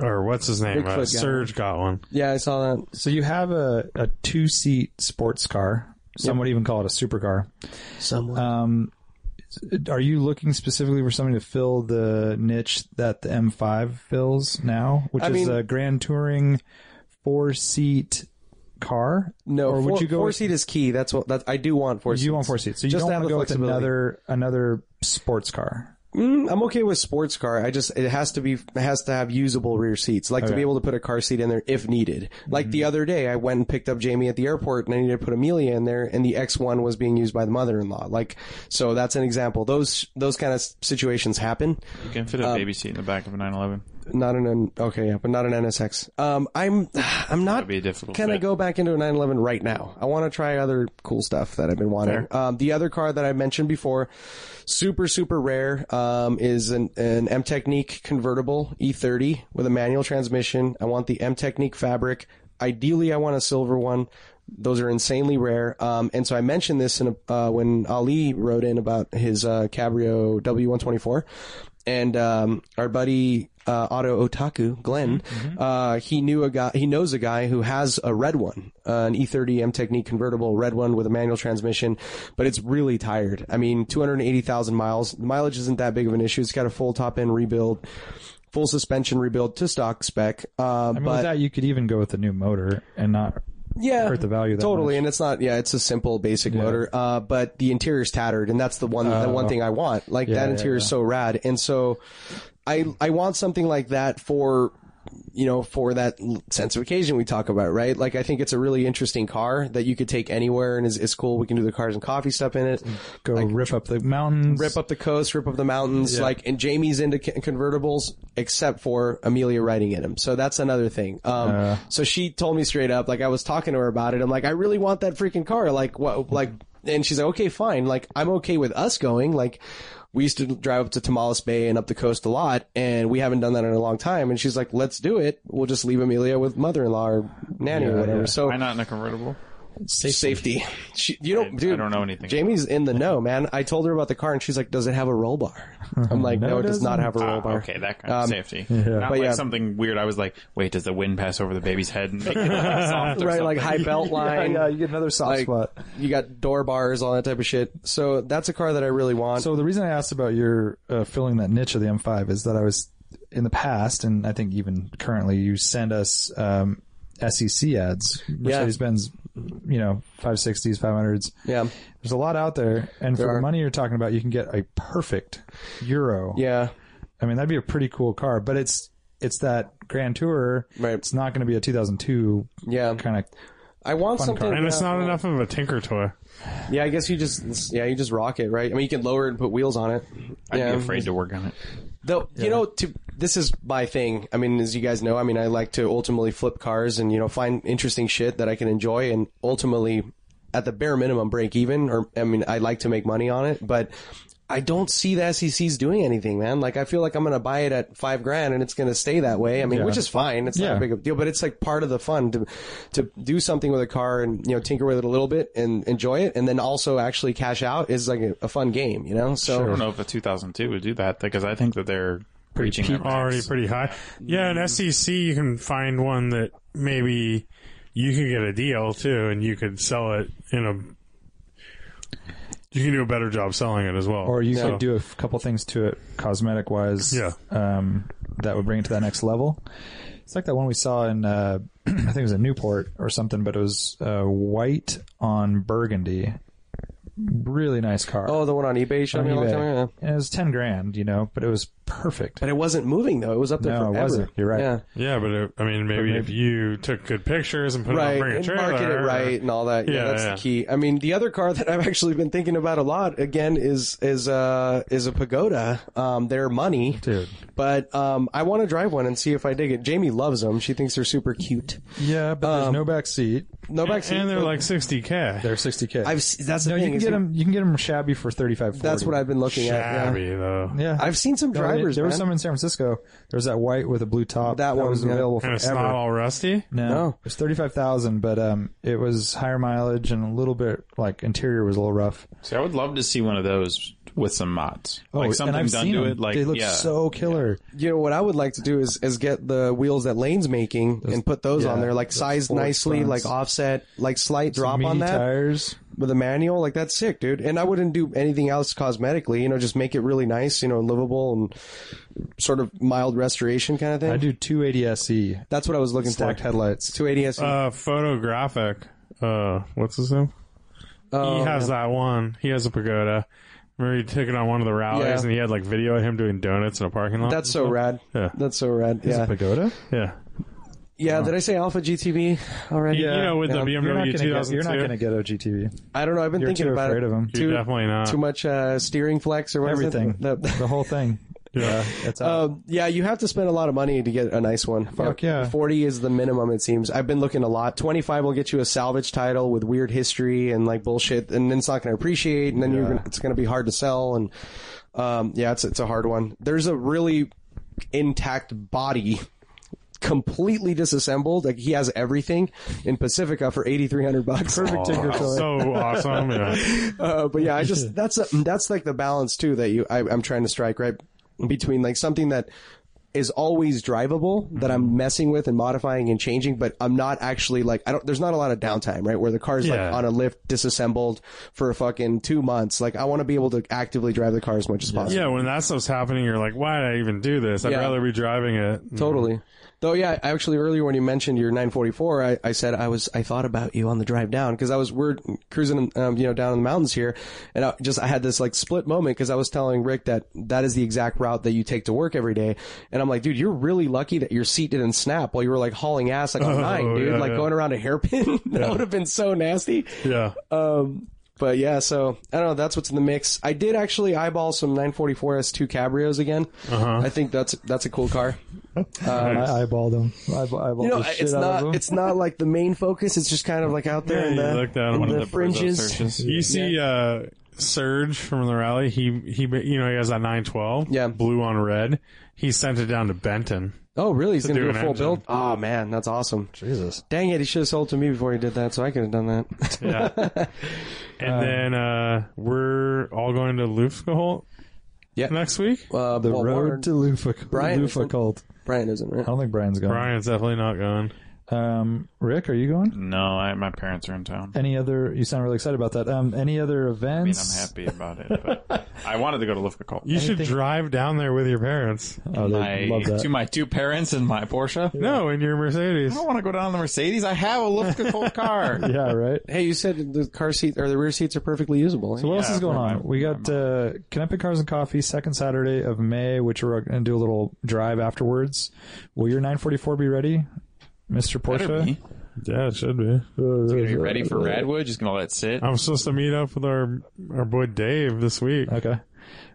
or what's his name? Bigfoot got Uh, one. Serge got one. Yeah, I saw that. So you have a, a two seat sports car. Some would even call it a supercar. Someone. Um, are you looking specifically for somebody to fill the niche that the M5 fills now, which I is mean- a grand touring four seat car? no, or would four, you go? four with, seat is key. That's what that I do want four. you want seats. four seats, so you Just don't to have want to the go with flexibility. another another sports car. Mm, I'm okay with sports car. I just it has to be it has to have usable rear seats, like to be able to put a car seat in there if needed. Like the other day, I went and picked up Jamie at the airport, and I needed to put Amelia in there, and the X1 was being used by the mother-in-law. Like, so that's an example. Those those kind of situations happen. You can Um, fit a baby seat in the back of a 911. Not an N- okay, yeah, but not an NSX. Um, I'm I'm not That'd be a difficult Can I fit. go back into a 911 right now? I want to try other cool stuff that I've been wanting. Um, the other car that I mentioned before, super super rare, um, is an an M Technique convertible E30 with a manual transmission. I want the M Technique fabric. Ideally, I want a silver one. Those are insanely rare. Um, and so I mentioned this in a, uh, when Ali wrote in about his uh, Cabrio W124. And um, our buddy uh, Auto Otaku Glenn, Mm-hmm. uh, he knew a guy. He knows a guy who has a red one, uh, an E30 M Technique convertible red one with a manual transmission, but it's really tired. I mean, 280,000 miles. The mileage isn't that big of an issue. It's got a full top end rebuild, full suspension rebuild to stock spec. Uh, I mean, but with that, you could even go with a new motor and not yeah, hurt the value that totally. much. And it's not, yeah, it's a simple basic motor. Uh, but the interior's tattered, and that's the one, the one thing I want. Like that Oh. yeah, interior is so rad, and so I, I want something like that for. You know, for that l- sense of occasion we talk about, right? Like, I think it's a really interesting car that you could take anywhere and is, is cool. We can do the cars and coffee stuff in it go rip up the mountains. rip up the coast, rip up the mountains. Like, and Jamie's into c- convertibles, except for Amelia riding in him. So that's another thing. Um, so she told me straight up, like, I was talking to her about it. I'm like, I really want that freaking car. Like, what, like, and she's like, okay, fine. Like, I'm okay with us going. Like, we used to drive up to Tamales Bay and up the coast a lot, and we haven't done that in a long time. And she's like, let's do it. We'll just leave Amelia with mother-in-law or nanny or whatever. So Why not in a convertible? Safety. She, you don't, dude. I don't know anything. Jamie's in the know, man. I told her about the car, and she's like, "Does it have a roll bar?" I'm like, "No, it does not have a roll Ah, bar." okay, that kind of Um, safety. yeah. Not But like yeah. something weird. I was like, wait, does the wind pass over the baby's head and make it soft or Right, like something? high belt line. yeah, uh, you get another soft like, spot. You got door bars, all that type of shit. So that's a car that I really want. So the reason I asked about your uh, filling that niche of the M5 is that I was in the past, and I think even currently, you send us um, SEC ads, Mercedes-Benz, you know, 560s, 500s. yeah, There's a lot out there, and for There are. the money you're talking about, you can get a perfect Euro. yeah. I mean that'd be a pretty cool car, but it's it's that Grand Tourer. Right. It's not going to be a 2002 Yeah. kind of. I want something. car. And it's yeah. not enough of a tinker toy. Yeah, I guess you just yeah you just rock it, right? I mean, you can lower it and put wheels on it. I'd yeah. be afraid to work on it. Though you know, to this is my thing. I mean, as you guys know, I mean, I like to ultimately flip cars and you know find interesting shit that I can enjoy and ultimately, at the bare minimum, break even. Or I mean, I like to make money on it, but I don't see the SECs doing anything, man. Like I feel like I'm gonna buy it at five grand and it's gonna stay that way. I mean, which is fine. It's not a Yeah. big of a deal, but it's like part of the fun to to do something with a car and you know tinker with it a little bit and enjoy it, and then also actually cash out is like a, a fun game, you know. So I don't know if a 2002 would do that because I think that they're preaching their max. Already pretty high. Yeah, Mm. an SEC, you can find one that maybe you can get a deal too, and you could sell it in a. You can do a better job selling it as well. Or you No. could do a f- couple things to it, cosmetic wise. Yeah. Um, that would bring it to that next level. It's like that one we saw in, uh, I think it was in Newport or something, but it was uh, white on burgundy. Really nice car. Oh, the one on eBay you showed On me a long eBay. time ago. Yeah. And it was ten grand, you know, but it was perfect. But it wasn't moving though. It was up there No, it forever. wasn't. You're right. Yeah. yeah, but it, I mean, maybe, if you took good pictures and put it on Right. bring a And trailer, market it right and all that. Yeah, Yeah, that's yeah. the key. I mean, the other car that I've actually been thinking about a lot again is is uh is a pagoda. Um they're money. Dude. But um I want to drive one and see if I dig it. Jamie loves them. She thinks they're super cute. Yeah, but Um, there's no back seat. No backseat. and they're like 60k. They're sixty k. I've s- that's the no, thing. you can is get them. You can get them shabby for thirty five. That's what I've been looking at. Shabby Yeah. though. Yeah, I've seen some No, drivers, There was man. some in San Francisco. There was that white with a blue top. That one, was yeah. available And forever. it's not all rusty. No, No. it was thirty five thousand, but um, it was higher mileage and a little bit like interior was a little rough. See, I would love to see one of those with some mods, Oh, like something and I've done seen to them. it. Like they look yeah. so killer. You know what I would like to do is is get the wheels that Lane's making and put those on yeah, there, like those sized Ford nicely, fronts. like offset, like slight drop Meaty on that. tires. with a manual, like that's sick, dude. And I wouldn't do anything else cosmetically, you know, just make it really nice, you know, livable and sort of mild restoration kind of thing. I do two eighty SE That's what I was looking stacked for. headlights. 280 SE. Uh, photographic. Uh, what's his name? Oh, he has that one. He has a pagoda. Remember, he took it on one of the rallies, Yeah. and he had like video of him doing donuts in a parking lot. that's so uh-huh. rad. Yeah. That's so rad. Yeah. Pagoda. yeah. yeah. Did I say Alpha GTV already? You- You know, with Yeah. the You're not gonna BMW get- you're not 2002, going to get a GTV. I don't know. I've been You're thinking too about afraid it. of 'em. you're Too, definitely not. too much uh, steering flex or what is it? Everything. The- the- The whole thing. Yeah. That's out. Um, yeah, you have to spend a lot of money to get a nice one. Fuck yeah. Forty is the minimum, it seems. I've been looking a lot. Twenty five will get you a salvage title with weird history and like bullshit, and then it's not going to appreciate, and then you're gonna, it's going to be hard to sell. And um, yeah, it's it's a hard one. There's a really intact body. Completely disassembled, like he has everything in Pacifica for eighty three hundred bucks. Perfect That's so awesome. Yeah. uh, but yeah, I just that's a, that's like the balance too that you I, I'm trying to strike right between like something that is always drivable that Mm-hmm. I'm messing with and modifying and changing, but I'm not actually like I don't. There's not a lot of downtime, right? Where the car's like Yeah. on a lift, disassembled for a fucking two months. Like I want to be able to actively drive the car as much as possible. yeah, when that stuff's happening, you're like, why did I even do this? I'd Yeah. rather be driving it. Totally. Though, yeah, I- actually, earlier when you mentioned your 944, I, I said I was I thought about you on the drive down because I was we're cruising, um, you know, down in the mountains here, and I just I had this like split moment because I was telling Rick that that is the exact route that you take to work every day, and I'm like, dude, you're really lucky that your seat didn't snap while you were like hauling ass like on nine, dude, Oh, yeah, like yeah. going around a hairpin. that would have been so nasty. Yeah. Um, but yeah, so I don't know. That's what's in the mix. I did actually eyeball some 944 S2 Cabrios again. Uh-huh. I think that's that's a cool car. Uh, I eyeballed them. I eyeballed Oh, You know, the shit it's out of them. not it's not like the main focus. It's just kind of like out there Yeah, in you the, look down in one of the, the Brezzo fringes. searches. You see, uh, Surge from the rally. He he, you know, he has that 912. Yeah. Blue on red. He sent it down to Benton. Oh, really? He's gonna do, a do an full engine. build. Oh man, that's awesome. Jesus. Dang it, he should have sold to me before he did that, so I could have done that. Yeah. and then uh, we're all going to Lufskeholt Yeah. next week. Uh, The well, Warren- road to Lufa, Brian Lufa isn't- Cult. Brian isn't right. I don't think Brian's going. Brian's definitely not going. Um, Rick, are you going? No, I, my parents are in town. Any other? You sound really excited about that. Um, any other I mean, events? I'm happy about it. But I wanted to go to Lufka Cult. You should Anything- drive down there with your parents. Oh, they My, love that. to my two parents and my Porsche. No, in your Mercedes. I don't want to go down on the Mercedes. I have a Lufka Cult car. yeah, right. Hey, you said the car seat or the rear seats are perfectly usable. eh? So what else Yeah, is going for my- on? We got uh, Connecticut Cars and Coffee second Saturday of May, which we're going to do a little drive afterwards. Will your 944 be ready, Mister Better Porsche? be. Yeah, it should be. Are you ready for Radwood? Just gonna let it sit. I'm supposed to meet up with our our boy Dave this week. Uh, Okay.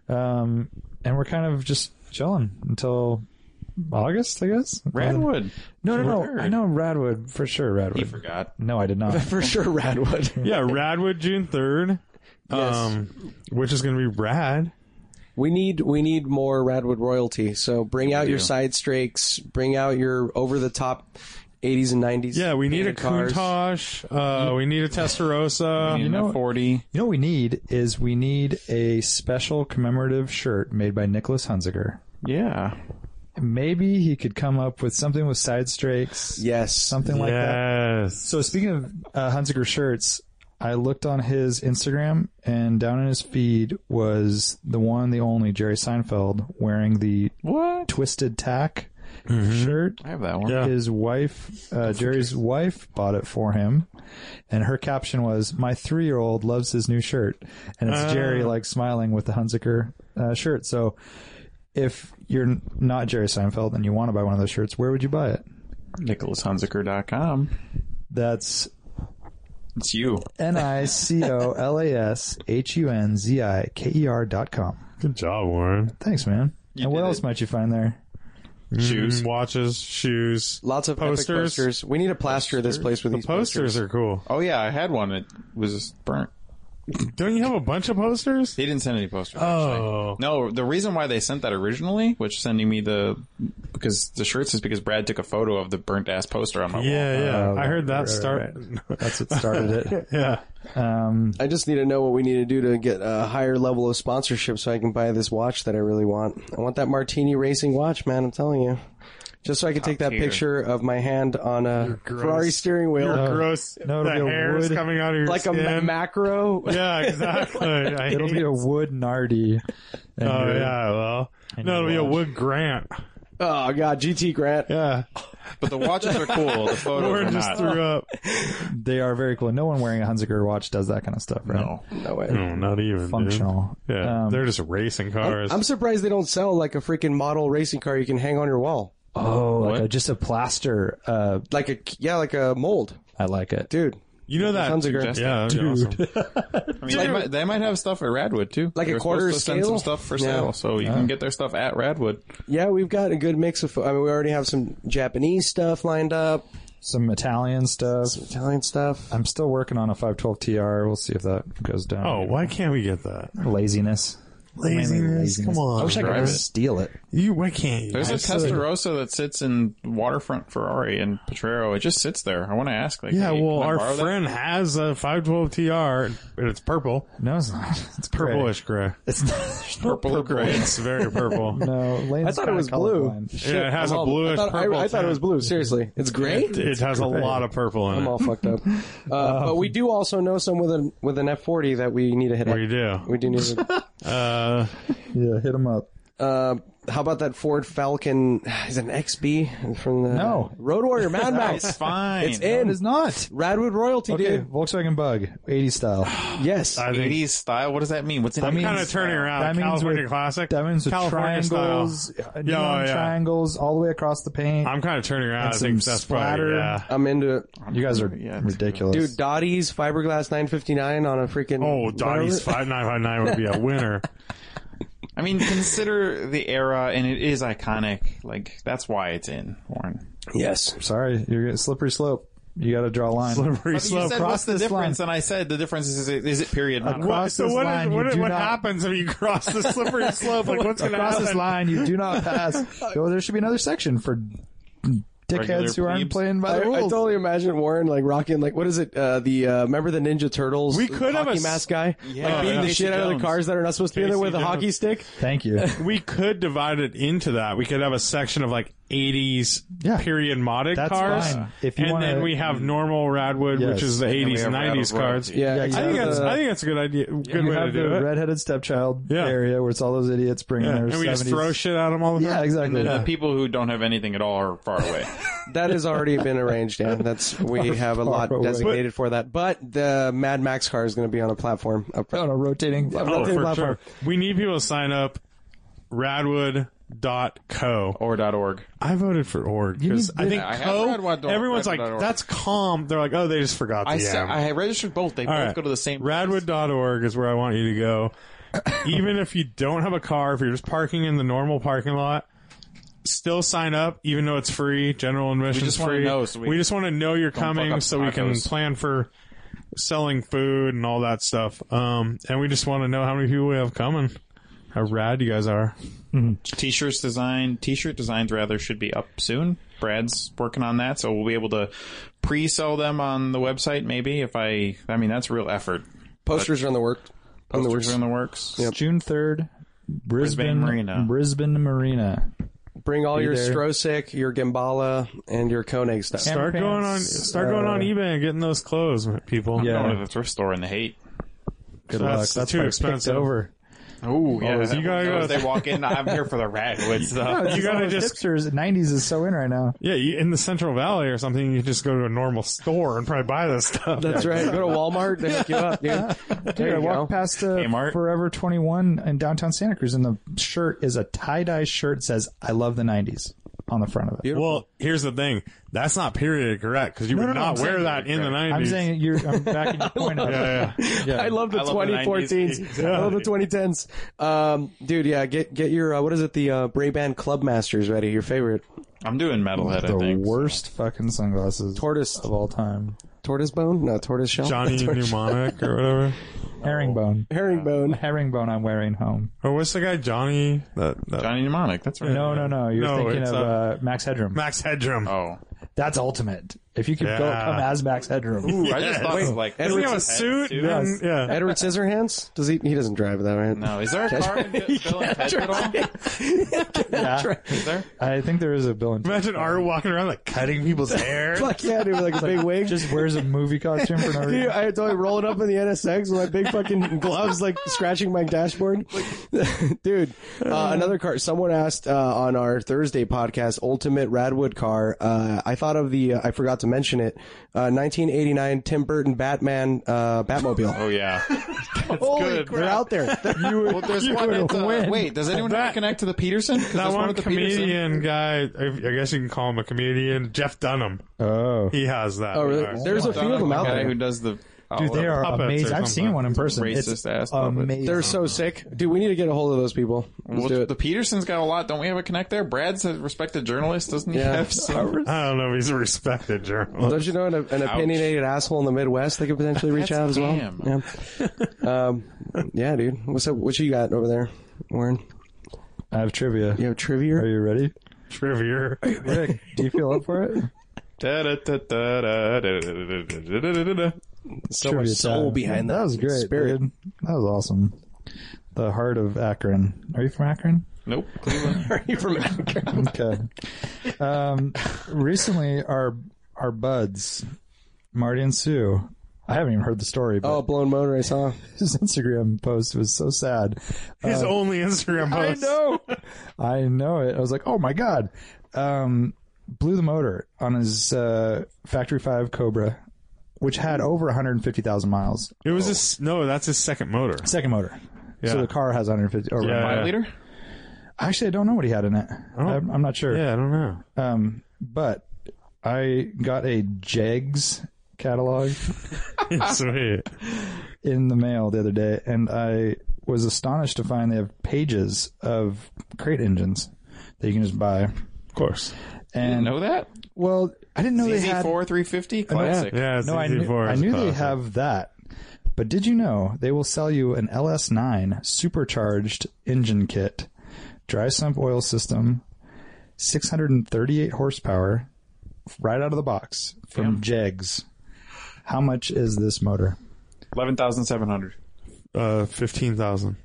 Um, and we're kind of just chilling until August, I guess. Radwood. No, no, no. Sure. I know Radwood for sure. Radwood. He forgot. No, I did not. For sure, Radwood. Yeah, Radwood June third. Um which is gonna be rad. We need we need more Radwood royalty. So bring out your side strakes. Bring out your over the top, eighties and nineties. Yeah, we need a cars. Countach. Uh we need a Testarossa. You know- know, forty. You know what we need is we need a special commemorative shirt made by Nicholas Hunziker. Yeah. Maybe he could come up with something with side strakes, Yes. something like that. yes. So speaking of uh, Hunziker shirts, I looked on his Instagram, and down in his feed was the one, the only Jerry Seinfeld wearing the What? twisted tack shirt. I have that one. Yeah. His wife, uh, Jerry's wife, bought it for him, and her caption was, "My three-year-old loves his new shirt," and it's Ah. Jerry like smiling with the Hunziker uh, shirt. So, if you're n- not Jerry Seinfeld and you want to buy one of those shirts, where would you buy it? NicholasHunziker.com. That's It's you. N I C O L A S H U N Z I K E R dot com. Good job, Warren. Thanks, man. and what did else it. might you find there? Shoes. Mm, watches, shoes. Lots of posters. Epic Posters. posters. We need to plaster this place with The these posters are cool. Oh yeah, I had one. It was burnt. Don't you have a bunch of posters? They didn't send any posters. Oh. actually. no! The reason why they sent that originally, which sending me the because the shirts is because Brad took a photo of the burnt ass poster on my wall. Yeah, yeah. Oh, I heard that right, start. That's what started it. yeah. Um, I just need to know what we need to do to get a higher level of sponsorship so I can buy this watch that I really want. I want that Martini Racing watch, man. I'm telling you. Just so I can take that tier. picture of my hand on a Ferrari steering wheel, You're gross. no, the it'll be a Uh, hair is wood- coming out of your like a skin. ma- macro. yeah, exactly. I it'll hate- be a wood Nardi. And Oh you're- yeah, well, no, it'll be a Wood Grant. Oh god, GT Grant. Yeah, But the watches are cool. The photos Warren are just not. threw up. They are very cool. No one wearing a Hunziker watch does that kind of stuff, right? No. No way. No, not even dude. Functional. Yeah, Um, they're just racing cars. I'm surprised they don't sell like a freaking model racing car you can hang on your wall. oh, like a, just a plaster. Uh, Like a yeah, like a mold. I like it. Dude, you know that? Sounds like a- yeah, dude. I mean, they, might, they might have stuff at Radwood too. Like a They were quarter supposed to send scale? some stuff for Yeah. sale, so you can get their stuff at Radwood. yeah, we've got a good mix of I mean we already have some Japanese stuff lined up, Some Italian stuff. Italian stuff. I'm still working on a 512 TR. We'll see if that goes down. Oh, why can't we get that? Laziness. Laziness. Come on. I wish I could Drive just it. steal it. You why can't you? There's a Absolutely. Testarossa that sits in waterfront Ferrari in Potrero. It just sits there. I want to ask. Like, Yeah, hey, well, can I our borrow that? friend has a 512 TR, and it's purple, No, it's not. It's gray. purplish gray. It's not. purple, gray. It's very purple. No, Lane's I thought it kinda was blue. colorblind. Yeah, it has a all- bluish I thought, I- purple. I, thought it was blue. Seriously, it's gray. tint. It has a lot of purple in I'm all it. fucked up. Uh, but we do also know some with an with an F40 that we need to hit. up. We do. We do need. To, Uh, Yeah, hit him up. uh, how about that Ford Falcon? Is it an XB from the No. Road Warrior Mad It's Max? fine. It's in. It is not. Radwood royalty, Okay, dude. Volkswagen Bug, 80s style. Yes. I think 80s style. What does that mean? What's in I'm mean? kind of turning around. Diamonds California with- classic. Diamonds with California triangles, Style. uh, Yeah, oh, neon yeah. triangles all the way across the paint. I'm kind of turning around. I And think some that's splatter. probably yeah. I'm into it. you guys are Yeah, it's- ridiculous. Dude, Dottie's fiberglass 959 on a freaking. Oh, Dottie's whatever. five nine five nine would be a winner. I mean, consider the era, and it is iconic. Like that's why it's in Warren. Yes. Sorry, you're getting slippery slope. You got to draw a line. Slippery you slope. said cross what's the this difference, and I said the difference is is, is it period? not Across What- so this what, line, is, what, you do what not- happens if you cross the slippery slope? Like what's going to Across happen? this line, you do not pass. Yo, there should be another section for Regular dickheads who aren't plebes. playing by I, I the rules. totally imagine Warren like rocking like what is it? Uh, the uh, remember the Ninja Turtles? We could have hockey a s- mask guy, like beating yeah. the Casey shit out of the Jones. cars that are not supposed to be there Casey with a hockey Jones. stick. Thank you. We could divide it into that. We could have a section of like 80s Yeah. period modded That's cars. fine. If you and wanna- then we have normal Radwood, Yes. which is the 80s, have 90s Radwood. cars. Yeah, Yeah, I exactly. think, that's, Uh, I think that's a good idea. Good You way to have do the it. redheaded stepchild Yeah. area where it's all those idiots bringing Yeah. their And we 70s. just throw shit at them all the yeah, time. exactly. The uh, people who don't have anything at all are far away. that has already been arranged, Dan. That's we have a lot away. designated for that. But the Mad Max car is going to be on a platform. Up front. on a rotating. uh, Oh, Rotating for platform. sure. We need people to sign up. Radwood.co. or dot org. I voted for org because need I to- think I have co. Radwood.org, everyone's like, Radwood.org. that's calm. They're like, oh, they just forgot the I M. sa- I registered both. They All both right. go to the same. Radwood.org is where I want you to go. even if you don't have a car, if you're just parking in the normal parking lot, still sign up, even though it's free. General admission just wanna free. know so we just want to know you're fuck coming up so we can tacos. plan for selling food and all that stuff. Um, and we just want to know how many people we have coming. How rad you guys are. T-shirts design, T-shirt designs rather should be up soon. Brad's working on that, so we'll be able to pre-sell them on the website. Maybe if I, I mean, that's real effort. Posters are in the work. On the Posters works. are in the works. June 3rd, Brisbane, Brisbane Marina. Brisbane Marina. Bring all your there. Strosik, your Gambala, and your Koenig stuff. Start Hammer going on. pants, Start going on uh, eBay and getting those clothes, people. Yeah. Going to the thrift store in the hate. Good That's luck. That's too why I picked expensive. over. Oh yeah, you gotta go- As they walk in. I'm here for the Radwood stuff. You gotta just hipsters. 90s is so in right now. Yeah, you, in the Central Valley or something, you just go to a normal store and probably buy this stuff. That's right. Go to Walmart. They hook you up, dude. There I you go. walked past uh, Kmart. Forever 21 in downtown Santa Cruz, and the shirt is a tie dye shirt. It says "I love the '90s" on the front of it. Well, here's the thing. That's not period correct because you would no, not I'm wear saying that in the 90s. I'm saying you're. I'm backing your point. up. yeah, yeah. I love the I love the 2014s. 90s. I love the 2010s. Um, dude, yeah, get get your uh, what is it? The uh, Brayband Clubmasters ready. Your favorite I'm doing metalhead. I The think. worst fucking sunglasses Tortoise. of all time. tortoise bone? No, tortoise shell. Johnny Mnemonic or whatever. Herringbone. herringbone. Herringbone. I'm wearing home. Or what's the guy Johnny? That, that- Johnny Mnemonic. That's right. No, no, no. You're No, thinking it's of uh, Max Headroom. Max Headroom. Oh, That's ultimate. If you could go, Yeah. come as Max Headroom. I just thought it was like Does he have a Edward's head suit? suit? And- yeah. Edward Scissorhands? Does he? He doesn't drive that, right? No, is there a car in Bill and Ted's at all? Yeah. Is there? I think there is a Bill and Ted. Imagine Art walking around like cutting people's hair. Fuck yeah, dude! With like a big wig. Just wears a movie costume for no Dude, reason. I had totally rolled up in the NSX with my big fucking gloves, like scratching my dashboard. Dude, uh, another car. Someone asked uh, on our Thursday podcast, Ultimate Radwood Car. Uh, I thought of the, uh, I forgot to mention it, uh, 1989 Tim Burton Batman uh, Batmobile. Oh yeah. Holy good. They're out there. Well, there's one. at the- wait, does anyone have to connect to the Peterson? 'Cause That there's one at the comedian guy, I I guess you can call him a comedian, Jeff Dunham. Oh. He has that. Oh, really? Alright. There's a few of them The out guy who there. does the Dude, they are puppets or amazing. I've seen something. one in person. Racist it's ass puppet. amazing. They're so sick. Dude, we need to get a hold of those people. Let's do Well, it. the Peterson's got a lot. Don't we have a connect there? Brad's a respected journalist, doesn't he? Yeah. Have some- I don't know if he's a respected journalist. Don't you know an, an opinionated asshole in the Midwest that could potentially reach That's out as well? him. Yeah. Um, yeah, dude. What's up? What you got over there, Warren? I have trivia. You have trivia? Are you ready? Trivia. Rick, do you feel up for it? Da-da-da-da-da-da-da-da-da-da-da-da. so Trivia much soul time. behind that. That was great. Spirit. dude. That was awesome. The heart of Akron. Are you from Akron? Nope. Cleveland. Are you from Akron? Okay. um, recently, our our buds, Marty and Sue. I haven't even heard the story, but Oh, blown motor. I saw. his Instagram post was so sad. His only Instagram post. know. I know it. I was like, oh my god. Um, blew the motor on his uh, Factory Five Cobra, which had over 150,000 miles. It was his no, that's his second motor. Second motor. So Yeah. the car has 150. Or Yeah. Oh. Five liter? Actually, I don't know what he had in it. I'm, I'm not sure. Yeah, I don't know. Um, but I got a Jegs catalog Sweet. in the mail the other day, and I was astonished to find they have pages of crate engines that you can just buy. Of course. And Know that? Well, I didn't know they had. ZZ4 350 classic. Yeah, it's No, I knew, ZZ4 I is knew they classic. have that. But did you know they will sell you an LS9 supercharged engine kit, dry sump oil system, 638 horsepower, right out of the box from Jegs. How much is this motor? 11,700. uh, fifteen thousand.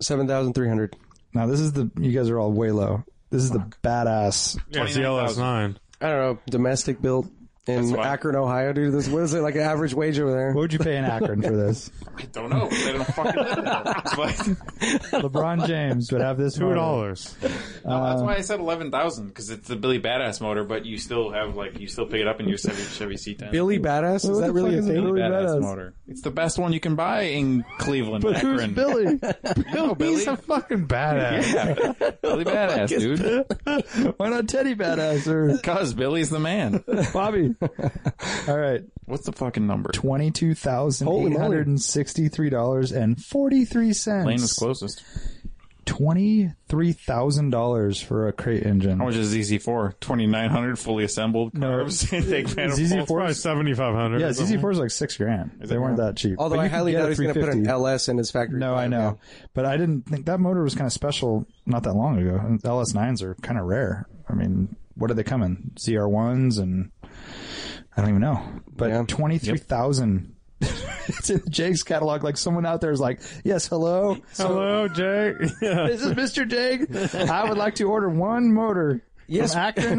Seven thousand three hundred. Now this is the you guys are all way low. This is the badass. Yeah, it's the 29,000. LS9. I don't know. Domestic built in why. Akron, Ohio, dude. This what is it like? An average wage over there? What would you pay in Akron for this? I don't know. I don't fucking know. But- LeBron James would have this. Two motor. dollars. Well, that's why I said eleven thousand because it's the Billy Badass motor, but you still have like you still pick it up in your Chevy Chevy C10. Billy Badass? Is that the really fuck a is thing? Billy Badass? motor. It's the best one you can buy in Cleveland, But who's Akron. Billy? No, Billy, He's a fucking badass. yeah. Billy Badass, dude. Why not Teddy Badass or Cause Billy's the man. Bobby? All right. What's the fucking number? twenty-two thousand eight hundred and sixty-three dollars and forty-three cents. Lane was closest. Twenty-three thousand dollars for a crate engine. How much is ZZ4? Twenty nine hundred, fully assembled. Carbs, intake manifold. It's probably seventy five hundred. yeah, ZZ4 is like six grand. They weren't that cheap. Although But I you can highly get doubt a he's going to put an 350. LS in his factory. No, I plan, know, man. but I didn't think that motor was kind of special. Not that long ago, And LS9s are kind of rare. I mean, what are they coming? ZR1s and I don't even know. But Yeah. twenty-three thousand. it's in Jake's catalog. Like someone out there is like, yes, hello. Hello, Jake. Yeah. This is Mr. Jake. I would like to order one motor Yes. from Akron,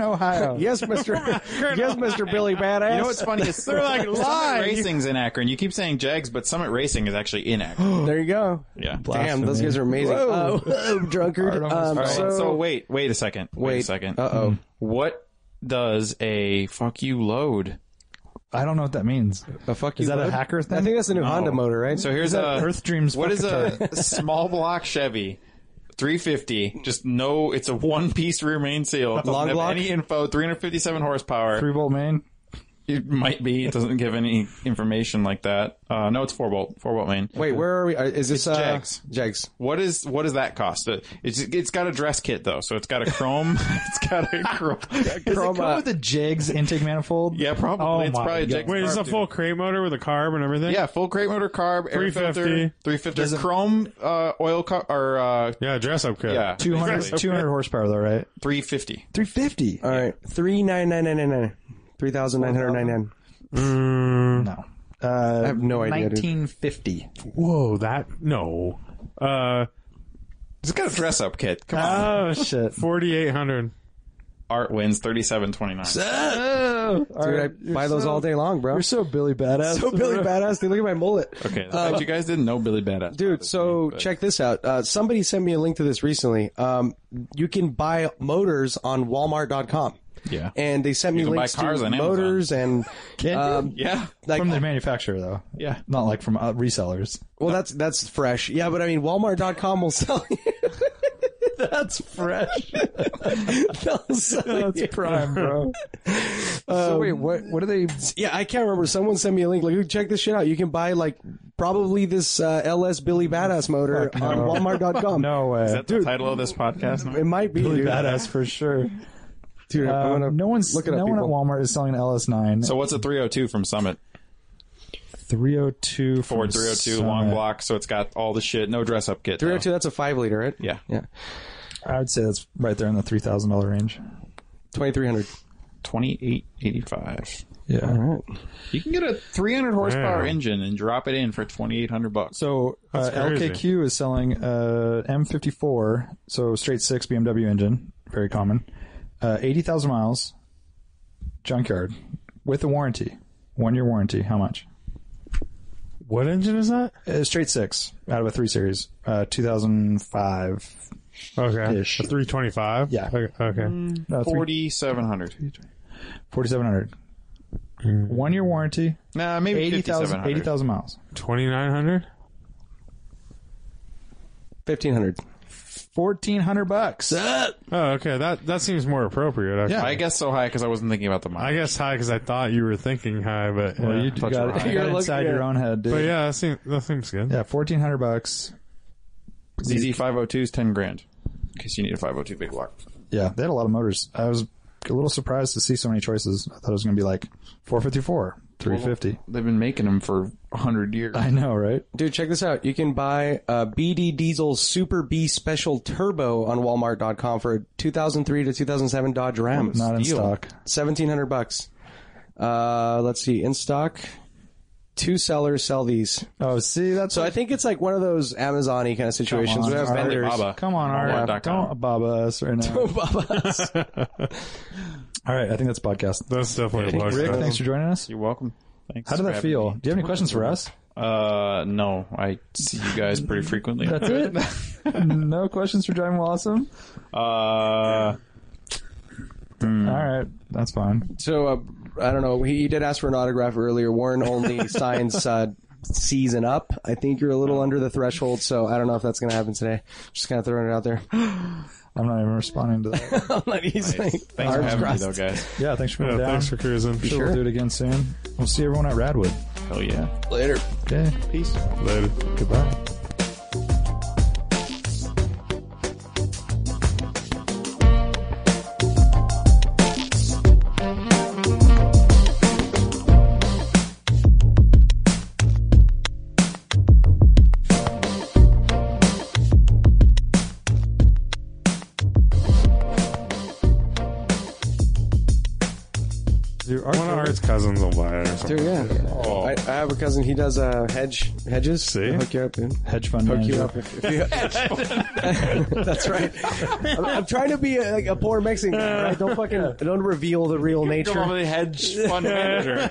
Ohio. Yes, Mister. yes, Mister. Billy Badass. You know what's funny is they're like lie. Summit Racing's in Akron. You keep saying Jags, but Summit Racing is actually in Akron. there you go. Yeah. Damn, those guys are amazing. Oh, drunkard. Um, All right, so, so, wait, wait a second. Wait, a Wait. second. uh Hmm. oh. What does a fuck you load? I don't know what that means. A fuck you. Is that a load? hacker thing? I think that's the new Honda motor, right? So here's a Earth Dreams. What is fuckatory. a small block Chevy? 350. Just no. It's a one piece rear main seal. It doesn't Long have block? Any info? 357 horsepower. three volt main? It might be. It doesn't give any information like that. Uh, no, it's four bolt. Four bolt main. wait, where are we? Uh, Is this uh, Jags. Jags. What is what does that cost? Uh, It's it's got a dress kit though, so it's got a chrome. it's got a chrome. Does it come uh, with a Jags intake manifold? Yeah, probably. Oh it's my probably a God. Jake's Wait, is carb, it a dude. full crate motor with a carb and everything? Yeah, full crate motor carb, air 350. filter, 350 chrome uh, oil co- or uh, Yeah, dress up kit. yeah, 200, 200 horsepower though, right? 350. 350. All right, three nine nine nine nine nine. Three thousand nine hundred nine nine. Hmm. No. Uh, I have no idea, dude. 1950. Whoa, that no. Uh, It's got a dress up kit. Come on. Oh, shit. forty eight hundred. Uh, Art wins 37.29. Oh, all Dude, right. I buy those all day long, bro. You're so Billy badass. so Billy Badass. Dude, look at my mullet. Okay, the fact you guys didn't know Billy Badass. Dude, so check this out. Uh, somebody sent me a link to this recently. Um, you can buy motors on Walmart.com. Yeah. And they sent me can buy links cars to on motors and Can you? um, yeah, like from the manufacturer though. Yeah. Not like from uh, resellers. well, that's that's fresh. Yeah, but I mean, Walmart.com will sell you. That's fresh. They'll sell you. Um, That's prime, bro. so wait, what what are they Yeah, I can't remember. Someone sent me a link. Like, "Ooh, check this shit out. You can buy like probably this uh, LS Billy Badass motor on Walmart.com. No way. that's the title of this podcast. It might be dude. badass for sure. Dude, I'm Um, gonna no one's look it no up, one at people. Walmart is selling an LS9. So what's a 302 from Summit? 302 from Ford 302 long oh Summit. block, so it's got all the shit. No dress up kit. though. 302, that's a five liter, right? Yeah. Yeah. I would say that's right there in the three thousand dollar range. 2300. 2885. Yeah. You can get a 300 horsepower Wow. engine and drop it in for 2800 bucks. So uh, crazy. LKQ is selling uh, M54, so straight six BMW engine, very common, uh, eighty thousand miles, junkyard, with a warranty, one year warranty. How much? What engine is that? Uh, straight six out of a three series, uh, two thousand five. Okay, Ish. Mm. a three twenty five. Yeah. Okay. okay. No, 4700. forty seven hundred. One year warranty, Nah, maybe 80,000 5700. 80,000 miles, Twenty nine hundred. 1500. fourteen hundred bucks. Oh, okay. That that seems more appropriate. Actually. I guess so high because I wasn't thinking about the mileage. I guess high because I thought you were thinking high, but Well, yeah. you got, your eye. you You're got looking inside your at- own head, dude. but yeah, that seems that seems good. yeah, fourteen hundred bucks. ZZ502 is 10 grand. In case you need a 502 big block. Yeah, they had a lot of motors. I was a little surprised to see so many choices. I thought it was going to be like 454, 350. They've been making them for hundred years. I know, right? Dude, check this out. You can buy a BD Diesel Super B Special Turbo on Walmart.com for a 2003 to 2007 Dodge Ram. Not in Steal. stock. 1700 bucks. Uh, let's see. In stock, two sellers sell these. Oh, see, that's So I think it's like one of those Amazon y kind of situations on, where Alibaba. vendors. Baba. Come on, Art. Walmart.com. Don't baba us right now. All right, I think that's podcast. That's definitely a Rick, podcast. thanks for joining us. You're welcome. Thanks. How did for that having feel? me. Do you have any questions for us? Uh, no, I see you guys pretty frequently. That's it. no questions for driving while awesome. Uh, All right, that's fine. So uh, I don't know. He, he did ask for an autograph earlier. Warren only signs uh, season up. I think you're a little under the threshold, so I don't know if that's going to happen today. Just kind of throwing it out there. I'm not even responding to that. I'm not using thanks for arms having crossed. me, though, guys. Yeah, thanks for coming Yeah, down. thanks for cruising. sure, we'll do it again soon. We'll see everyone at Radwood. Hell yeah. Okay, Peace. Later. goodbye. Dude, Art- One of Art's cousins will buy it or something. Dude, yeah. Oh. I, I have a cousin. He does uh, hedge hedges. See? He'll hook you up. And hedge fund hook you manager. up. If, if you, that's right. I'm, I'm trying to be a, like a poor Mexican. guy, Right? Don't fucking don't reveal the real nature. hedge fund manager.